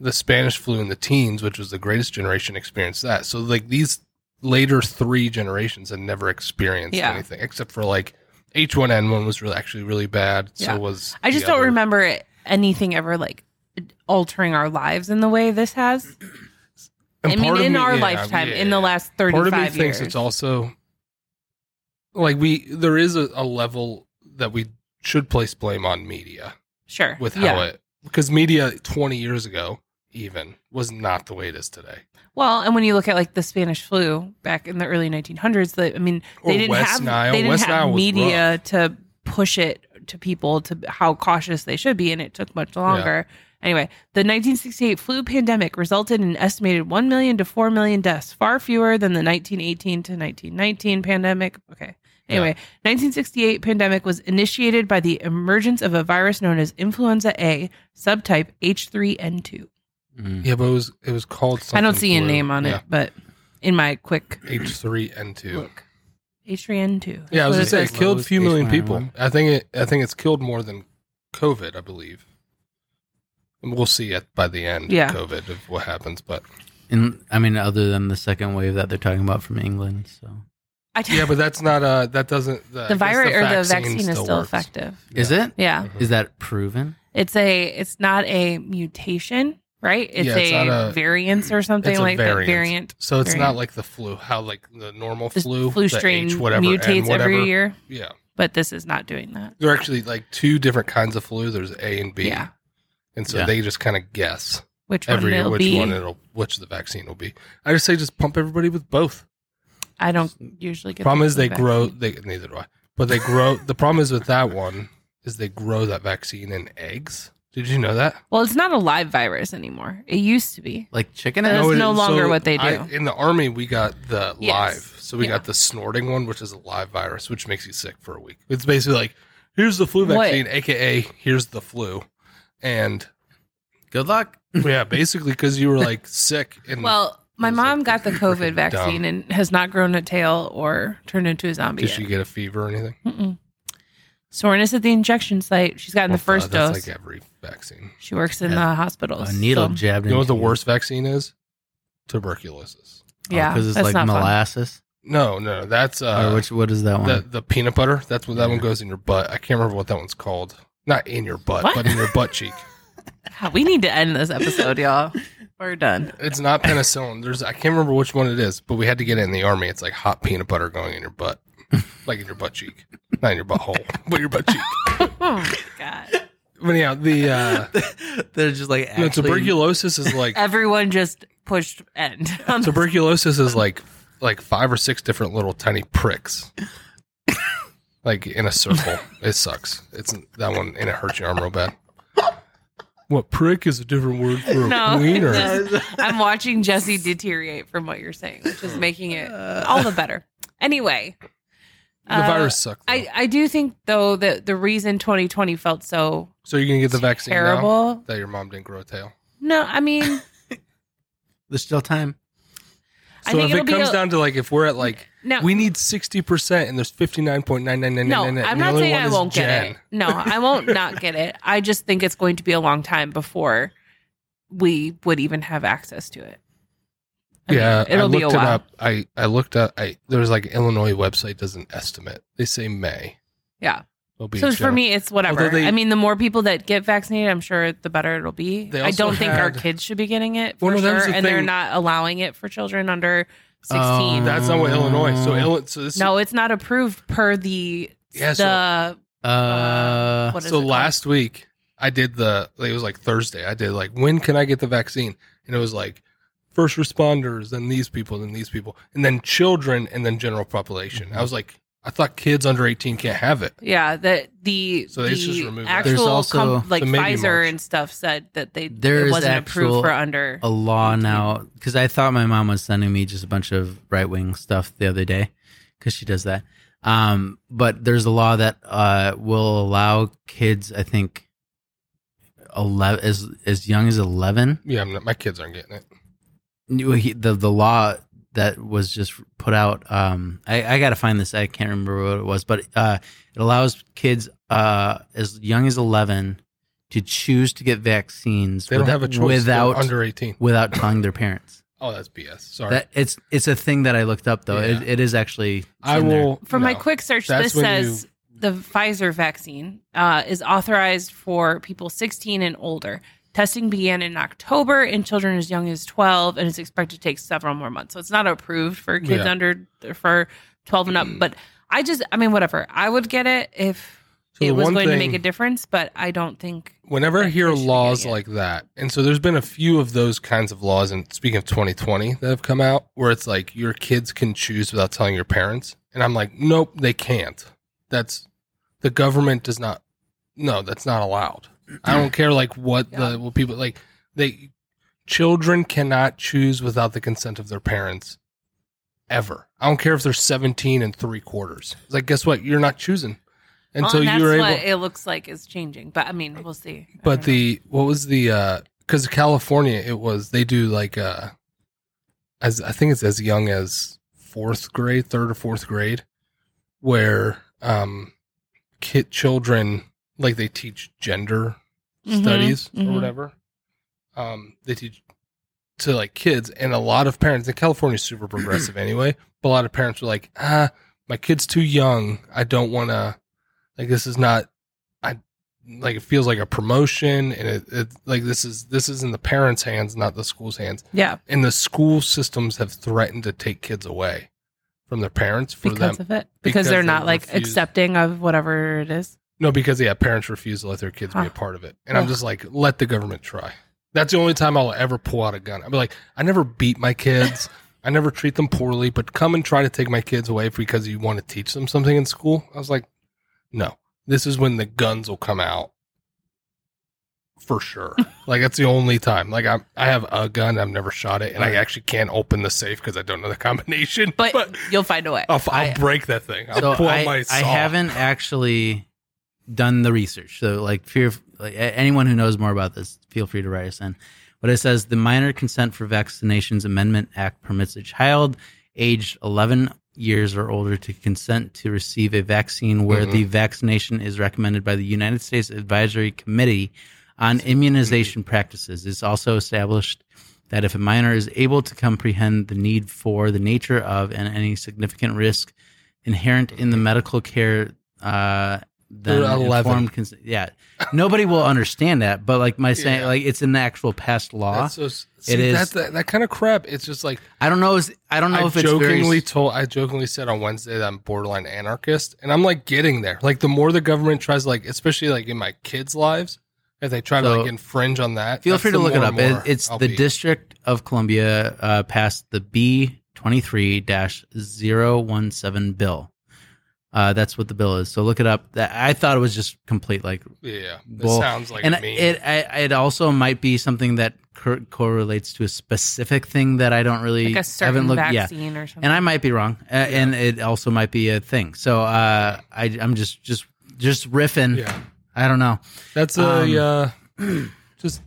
B: the Spanish flu in the teens, which was the greatest generation experienced that. So like these later three generations had never experienced
A: Yeah.
B: anything except for like H1N1 was really actually really bad. So
A: Yeah.
B: was
A: I just
B: the
A: don't
B: other-
A: remember it, anything ever like altering our lives in the way this has.
B: And
A: I mean,
B: part of
A: in
B: me-
A: our
B: yeah,
A: lifetime,
B: yeah,
A: in the
B: yeah.
A: last thirty-five
B: part of me
A: years,
B: thinks it's also like we there is a, a level that we should place blame on media
A: sure
B: with how
A: yeah.
B: it because media 20 years ago even was not the way it is today
A: Well, and when you look at like the Spanish flu back in the early 1900s, the, I mean,
B: Or
A: they didn't
B: West
A: have
B: Nile.
A: they didn't
B: West
A: have
B: Nile was
A: media to push it to people to how cautious they should be, and it took much longer. Anyway, the 1968 flu pandemic resulted in an estimated 1 million to 4 million deaths, far fewer than the 1918 to 1919 pandemic. Okay. Anyway, 1968 pandemic was initiated by the emergence of a virus known as influenza A, subtype H3N2.
C: Mm.
B: Yeah, but it was it was called. Something
A: I don't see a
B: flu.
A: name on it, but in my quick
B: Yeah, H three N two.
A: look, H3N2.
B: Yeah, I was
A: That's what
B: gonna
A: it
B: say
A: says.
B: it killed a few million people.
C: H1N1.
B: I think it. I think it's killed more than COVID. I believe. And we'll see it by the end.
A: Yeah.
B: of COVID of what happens, but
C: And I mean, other than the second wave that they're talking about from England, so
A: I t-
B: yeah, but that's not uh that doesn't the, I
A: the
B: guess
A: virus or the
B: vaccine
A: vaccine is still
B: works.
A: effective.
C: is it?
A: Yeah.
B: Mhm.
C: Is that proven?
A: It's a it's not a mutation, right? It's,
B: Yeah, it's
A: a,
B: not a-
A: variance or something
B: it's a
A: like that.
B: variant.
A: Variant.
B: So it's
A: Variant.
B: not like the flu, how like the normal
A: The
B: flu,
A: flu
B: the
A: strain
B: H whatever, N
A: mutates
B: whatever.
A: every year,
B: Yeah,
A: but this is not doing that.
B: there are actually like two different kinds of flu. There's A and B,
A: Yeah.
B: and so
C: Yeah.
B: they just kind of guess
A: Which one
B: every
A: it'll
B: which
A: be?
B: one it'll which the vaccine will be. I just say just pump everybody with both.
A: I don't usually get.
B: problem
A: the
B: is they
A: vaccine.
B: grow. They neither do I. But they grow. (laughs) the problem is with that one is they grow that vaccine in eggs. Did you know that?
A: Well, it's not a live virus anymore. It used to be.
C: Like chicken
A: That's
C: eggs?
A: No,
B: it-
A: no longer what they
B: I-
A: do.
B: in the army, we got the
A: Yes.
B: live. So we
A: Yeah.
B: got the snorting one, which is a live virus, which makes you sick for a week. It's basically like, here's the flu
A: What?
B: vaccine, aka here's the flu, and
C: Good luck.
B: yeah, basically because you were like sick and
A: Well, my
B: It was
A: mom
B: like
A: got the COVID
B: freaking
A: vaccine
B: dumb.
A: and has not grown a tail or turned into a zombie.
B: did
A: yet.
B: you get a fever or anything?
A: Mm-mm. Soreness at the injection site. She's gotten
B: Well,
A: the first
B: Oh, that's
A: dose.
B: like every vaccine.
A: she works in
C: Yeah.
A: the hospitals.
C: A needle
A: so-
C: jabbed.
B: You know what the
C: into
B: worst vaccine is? Tuberculosis.
A: yeah,
C: because it's
A: that's
C: like
A: not fun.
C: molasses.
B: No, no, that's uh,
C: or which? What is that one?
B: the the peanut butter. That's what that
C: Yeah.
B: one goes in your butt. I can't remember what that one's called. Not in your butt,
A: What?
B: but in your butt cheek.
A: God, we need to end this episode, y'all. We're done.
B: It's not penicillin. There's I can't remember which one it is, but we had to get it in the army. It's like hot peanut butter going in
A: (laughs)
B: your butt, like in your butt cheek, not in your butthole, but your butt cheek.
A: Oh my god!
B: But yeah,
A: (laughs)
B: the uh,
C: They're just like
B: no,
C: actually,
B: tuberculosis is like
A: Everyone just pushed end. on this.
B: tuberculosis is like like five or six different little tiny pricks, like in a circle. It sucks. It's that one, and it hurts your arm real bad. What prick is a different word for
A: (laughs)
B: a
A: No,
B: queen or?
A: it's just- (laughs) I'm watching Jesse deteriorate from what you're saying, which is making it all the better. Anyway,
B: The
A: uh,
B: virus sucked. though.
A: I, I do think though that the reason 2020 felt so
B: so you're gonna get the vaccine now
A: terrible.
B: that your mom didn't grow a tail.
A: No, I mean
C: (laughs) There's still time.
A: I
B: So
A: think
B: if
A: it'll
B: it
A: be
B: comes
A: a-
B: down to like if we're at like
A: no.
B: we need sixty percent and there's fifty nine point nine nine nine
A: no,
B: nine nine.
A: I'm not saying I won't get it. No, I won't not get it. I just think it's going to be a long time before we would even have access to it. I mean,
B: yeah,
A: it'll
B: I
A: be
B: looked
A: a while.
B: it up. I I looked up. I there was like Illinois website does an estimate. They say May.
A: Yeah.
B: It'll be
A: So for
B: general-
A: me, it's whatever.
B: Although they-
A: I mean, the more people that get vaccinated, I'm sure the better it'll be.
B: They
A: I
B: also
A: don't think our
B: had-
A: kids should be getting it for
B: Well, no, that
A: sure,
B: was
A: and
B: the
A: they're
B: thing. Um,
A: not allowing it for children under 16.
C: Oh.
B: that's not what Illinois. So Illinois. So this
A: no, it's not approved per the
B: Yeah, so-
A: the
C: Uh,
A: what is
B: so
A: it called?
B: last week I did the it was like Thursday. I did like when can I get the vaccine? And it was like first responders, then these people, then these people, and then children, and then general population. I was like, I thought kids under eighteen can't have it.
A: Yeah, the the
B: So
A: the
B: they just removed that.
A: actual
B: There's
C: also-
A: com- like
B: So maybe
A: Pfizer
B: March.
A: and stuff said that they
C: There
A: it
C: is
A: wasn't
C: actual-
A: approved for under.
C: a law now because I thought my mom was sending me just a bunch of right wing stuff the other day because she does that. Um, but there's a law that uh, will allow kids, I think, eleven as as young as eleven.
B: Yeah, I'm not, my kids aren't getting it.
C: Well, he- The the law that was just put out. Um, I I gotta find this. I can't remember what it was, but uh, it allows kids uh as young as eleven to choose to get vaccines.
B: They don't
C: without-
B: have a choice.
C: without
B: They're under eighteen.
C: without telling their parents.
B: Oh, that's BS. Sorry.
C: That it's it's a thing that I looked up though.
B: Yeah.
C: It, it is actually. it's
B: I
C: in there.
B: will
A: for my
B: no.
A: quick search,
B: That's
A: this
B: when
A: says the Pfizer vaccine uh, is authorized for people 16 and older. Testing began in October in children as young as 12 and is expected to take several more months. So it's not approved for kids
B: Yeah.
A: under for 12 and up.
C: Mm.
A: But I just, I mean, whatever. I would get it if
B: So the
A: it was
B: one
A: going to
B: thing-
A: make a difference, but I don't think
B: whenever I
A: that
B: hear
A: they should be
B: laws
A: getting it.
B: like that, and so there's been a few of those kinds of laws. And speaking of 2020, that have come out where it's like your kids can choose without telling your parents, and I'm like, nope, they can't. That's the government does not. No, that's not allowed. I don't care like what
A: Yeah.
B: the what people like. They children cannot choose without the consent of their parents ever. I don't care if they're 17 and three quarters. It's like, guess what? You're not choosing until
A: well, and
B: you were
A: that's
B: able.
A: what it looks like is changing. But I mean, we'll see. I
B: but
A: don't know.
B: the what was the because California it was they do like uh as I think it's as young as fourth grade, third or fourth grade, where um kid children like they teach gender
A: Mhm,
B: studies or
A: mhm.
B: whatever. Um they teach to like kids and a lot of parents and California's super progressive anyway, but a lot of parents were like, ah, my kid's too young. I don't wanna like this is not I like it feels like a promotion and it, it like this is this is in the parents' hands, not the school's hands.
A: yeah
B: And the school systems have threatened to take kids away from their parents for them.
A: because of it because,
B: because
A: they're
B: they
A: not like
B: refuse-
A: accepting of whatever it is.
B: No, because yeah, parents refuse to let their kids be
C: Ah.
A: Huh.
B: a part of it, and I'm
A: Ugh.
B: just like, let the government try. That's the only time I'll ever pull out a gun. I'll be like, I never beat my
C: (laughs)
B: kids, I never treat them poorly, but come and try to take my kids away because you want to teach them something in school. I was like, no, this is when the guns will come out for
C: (laughs)
B: sure. like that's the only time. Like I, I have a gun, I've never shot it, and I actually can't open the safe because I don't know the combination.
A: But, you'll find a way.
B: I'll, I'll
C: I-
B: break that thing. I'll
C: so
B: pull out
C: I,
B: my saw.
C: I haven't actually done the research. So, like, fear like, a- anyone who knows more about this, feel free to write us in. But it says the Minor Consent for Vaccinations Amendment Act permits a child aged 11 years or older to consent to receive a vaccine where
B: Mhm.
C: the vaccination is recommended by the United States Advisory Committee on immunization practices. It's also established that if a minor is able to comprehend the need for, the nature of, and any significant risk inherent in the medical care, uh, then
B: They're 11.
C: informed consent. Yeah, nobody will understand that, but like my
B: (laughs)
C: saying,
B: Yeah.
C: like it's in the actual past law.
B: That's so, see,
C: is-
B: that's that, that kind of crap. It's just like
C: I don't know. Is I don't know
B: I
C: if it's very-
B: jokingly told. I jokingly said on Wednesday that I'm borderline anarchist, and I'm like getting there. Like the more the government tries, to, like especially like in my kids' lives, if they try to
C: So,
B: like infringe on that,
C: Feel
B: that's
C: free to
B: the
C: look it
B: more
C: up.
B: and
C: It-
B: more
C: it's
B: I'll
C: the
B: be-
C: District of Columbia uh, passed the B twenty three 017 bill. Uh, that's what the bill is. So look it up. That I thought it was just complete like
B: Yeah,
C: Well,
B: it sounds like
C: and
B: me.
C: it I, it also might be something that cor- correlates to a specific thing that I don't really
A: Like a
C: haven't
A: certain
C: looked. Yeah,
A: vaccine or something.
C: and I might be wrong, uh, and it also might be a thing. So uh, I I'm just just just riffing.
B: yeah,
C: I don't know.
B: that's
C: Um,
B: a uh,
C: (clears throat)
B: just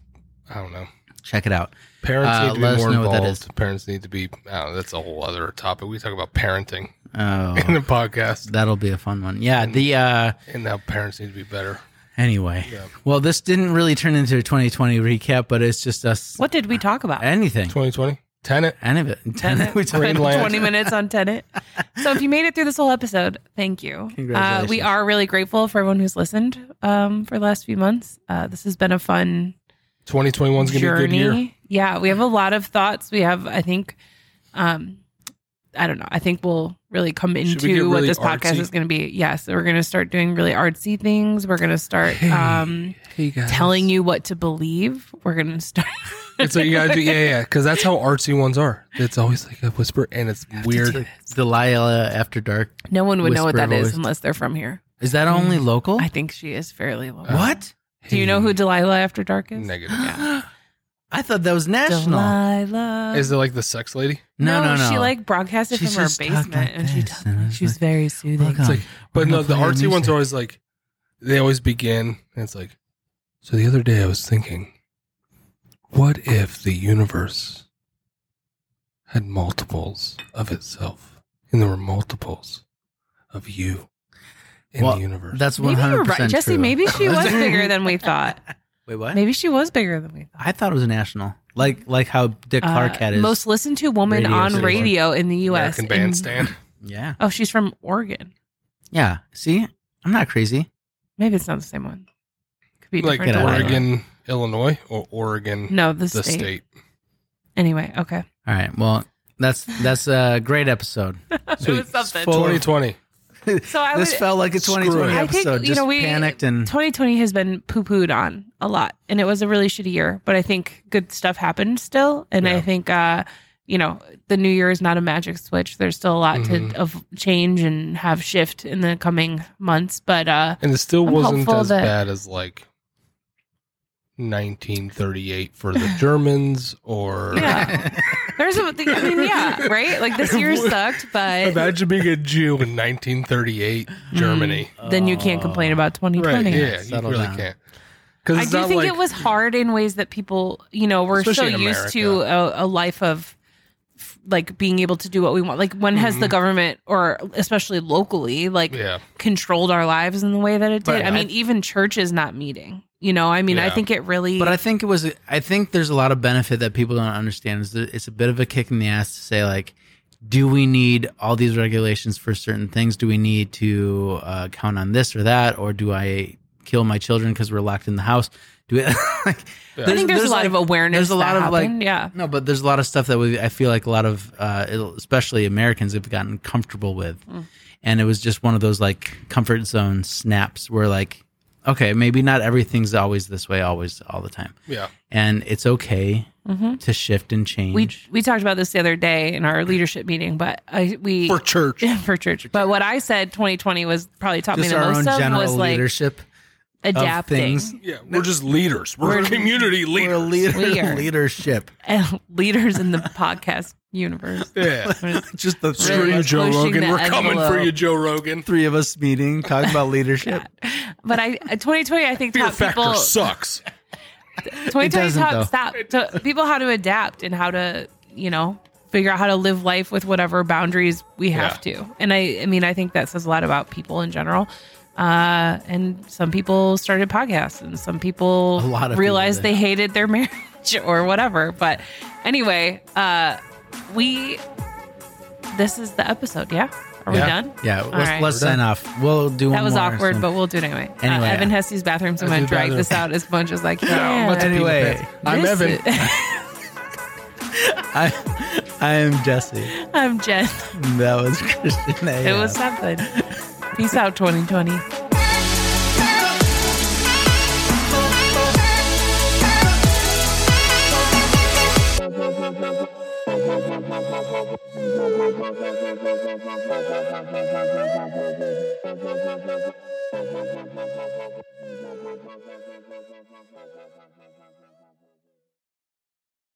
B: I don't know.
C: Check it out.
B: Parents
C: Uh,
B: need to
C: let
B: be
C: us
B: more
C: know what that
B: involved.
C: is.
B: Parents need to be. I don't know, that's a whole other topic. We talk about parenting
C: Oh,
B: in the podcast,
C: that'll be a fun one. Yeah. The uh,
B: and now parents need to be better.
C: anyway.
B: Yeah.
C: Well, this didn't really turn into a 2020 recap, but it's just us.
A: what did we talk about? (laughs)
C: Anything.
B: 2020 Tenet.
C: Any of it. (laughs)
B: (laughs)
C: We talked-
B: Green Lantern.
A: 20 minutes on
B: (laughs)
A: Tenet. So if you made it through this whole episode, thank you. Uh, we
C: Congratulations.
A: are really grateful for everyone who's listened um, for the last few months. Uh, this has been a fun
B: 2021 is going to be a good
A: journey.
B: year.
A: Yeah, we have a lot of thoughts. We have, I think, um, I don't know. I think we'll really come
B: Should we get
A: into what
B: really
A: this podcast
B: artsy?
A: is going to be. Yes, we're going to start doing really artsy things. We're going to start um,
B: Hey guys.
A: telling you what to believe. We're going to (laughs) start.
B: It's like you gotta do, yeah, yeah, because that's how artsy ones are. It's always like a whisper, and it's weird.
C: It's Delilah After Dark.
A: No one would know what
C: Whisper
A: that is
C: voice.
A: unless they're from here.
C: Is that only
B: Oh.
C: local?
A: Mm. I think she is fairly low.
B: Uh,
C: what?
A: Do you know
C: (gasps)
A: who Delilah After Dark is?
B: Negative.
C: I thought that was national.
A: Delilah.
B: Is it like the sex lady?
C: no, no, no.
A: She like broadcasted
C: She's
A: from her
C: just talked
A: basement,
C: like
A: and she
C: this,
A: talked,
C: and I was
A: she was
C: like,
A: very soothing.
C: Look up.
B: like- But
C: We're
B: no,
C: gonna
B: the
C: play your
B: artsy ones
C: music.
B: are always like they always begin, and it's like. So the other day, I was thinking, what if the universe had multiples of itself, and there were multiples of you in
C: Well,
B: the universe?
C: That's
A: Maybe
C: one
A: you were
C: hundred
A: right,
C: percent
A: Jesse. Maybe she
C: (laughs)
A: was bigger than we thought.
C: Wait, what?
A: Maybe she was bigger than we thought.
C: I thought it was national. Like like how Dick Clark had
A: Uh,
C: his.
A: most listened to woman
C: radio
A: on
C: station.
A: radio in the U.S.
B: American
A: and-
B: Bandstand.
C: yeah,
A: oh, she's from Oregon.
C: yeah. See, I'm not crazy.
A: Maybe it's not the same one. Could be
B: Like
A: different.
C: Get out of
A: Delilah.
C: here.
B: Oregon, Illinois, or Oregon,
A: No, the,
B: the
A: state.
B: state.
A: Anyway, okay.
C: All right. Well, that's that's a great episode.
A: (laughs) it was something.
C: full of-
B: 2020.
A: So I
C: this
A: would,
C: felt like a
B: Screw
C: 2020
B: it.
A: I
C: episode.
A: think, you
C: Just
A: know, we-
C: panicked and
A: 2020 has been poo pooed on a lot, and it was a really shitty year, but I think good stuff happened still. And I
B: Yeah.
A: think, uh, you know, the new year is not a magic switch. There's still a lot
B: Mhm.
A: to of change and have shift in the coming months, but uh,
B: And it still
A: I'm
B: wasn't
A: hopeful
B: as
A: that-
B: bad as like 1938
A: (laughs)
B: for the Germans or
A: Yeah. There's a thing, I mean, yeah, right? Like this
B: (laughs)
A: year sucked, but
B: imagine being a Jew in 1938
A: Mm.
B: Germany.
A: then you can't complain
C: Uh,
A: about 2020.
B: Right? Yeah, you
C: settle
B: really
C: down.
B: can't.
A: I
B: Because
A: do think it was hard in ways that people, you know, we're so
B: Especially in
A: used to a, a life of f- like being able to do what we want. Like when has
C: Mm-hmm.
A: the government or especially locally like
B: Yeah.
A: controlled our lives in the way that it did?
C: But
A: I
C: I-
A: mean, even churches not meeting. You know, I mean, I
B: Yeah.
A: think it really
C: But I think it was. I think there's a lot of benefit that people don't understand. Is that it's a bit of a kick in the ass to say like, do we need all these regulations for certain things? Do we need to uh, count on this or that? Or do I kill my children because we're locked in the house? Do we, (laughs) like?
A: I think there's, a lot
C: like-
A: of awareness.
C: There's a lot
A: that
C: of like.
A: happened. yeah.
C: No, but there's a lot of stuff that we. I feel like a lot of, uh, it'll- especially Americans, have gotten comfortable with,
A: Mm.
C: and it was just one of those like comfort zone snaps where like, okay, maybe not everything's always this way, always all the time
A: (laughs)
B: yeah,
C: and it's okay to shift and change.
A: Mm-hmm. We we talked about this the other day in our leadership meeting, but I we
B: for church.
A: (laughs) for church. But what I said 2020 was probably taught me
C: just
A: the
C: our
A: most
C: own
A: of
C: general
A: was like
C: leadership of
A: adapting.
C: things.
B: Yeah, we're just leaders. We're, community
C: We're
B: leaders.
C: leader,
A: We are.
C: leadership.
A: (laughs) leaders in the podcast universe. (laughs)
B: Yeah.
C: (laughs) Just
A: Really
C: the
B: Screw you,
A: was
B: Joe
A: pushing
B: Rogan.
A: the
B: We're coming for
A: envelope.
B: you, Joe Rogan.
C: three of us meeting, talking
A: (laughs)
C: about leadership.
A: But I 2020 I think
B: Fear
A: taught
B: factor
A: people
B: sucks.
A: 2020
C: doesn't, though.
A: taught stop, to people how to adapt and how to, you know, figure out how to live life with whatever boundaries we have
B: Yeah.
A: to. And I I mean I think that says a lot about people in general. Uh, and some people started podcasts and some people
C: A lot of
A: realized
C: people did.
A: they hated their (laughs) marriage or whatever. But anyway, uh, we this is the episode, yeah? Are
B: Yeah.
A: we done?
C: Yeah, let's,
A: right.
C: let's sign off. We'll do one
A: That was
C: more
A: awkward,
C: soon.
A: but we'll do it anyway. Uh,
C: Anyway.
A: Evan Hessy's bathroom, so I'm going to
B: Let's do
A: drag
B: bathroom.
A: this out as much as I can.
C: anyway,
B: I'm
A: This
B: Evan.
A: is-
C: I, I am Jesse.
A: (laughs) I'm Jen.
C: That was (laughs) Christian.
A: It was something. Peace out, 2020.
D: Thank you.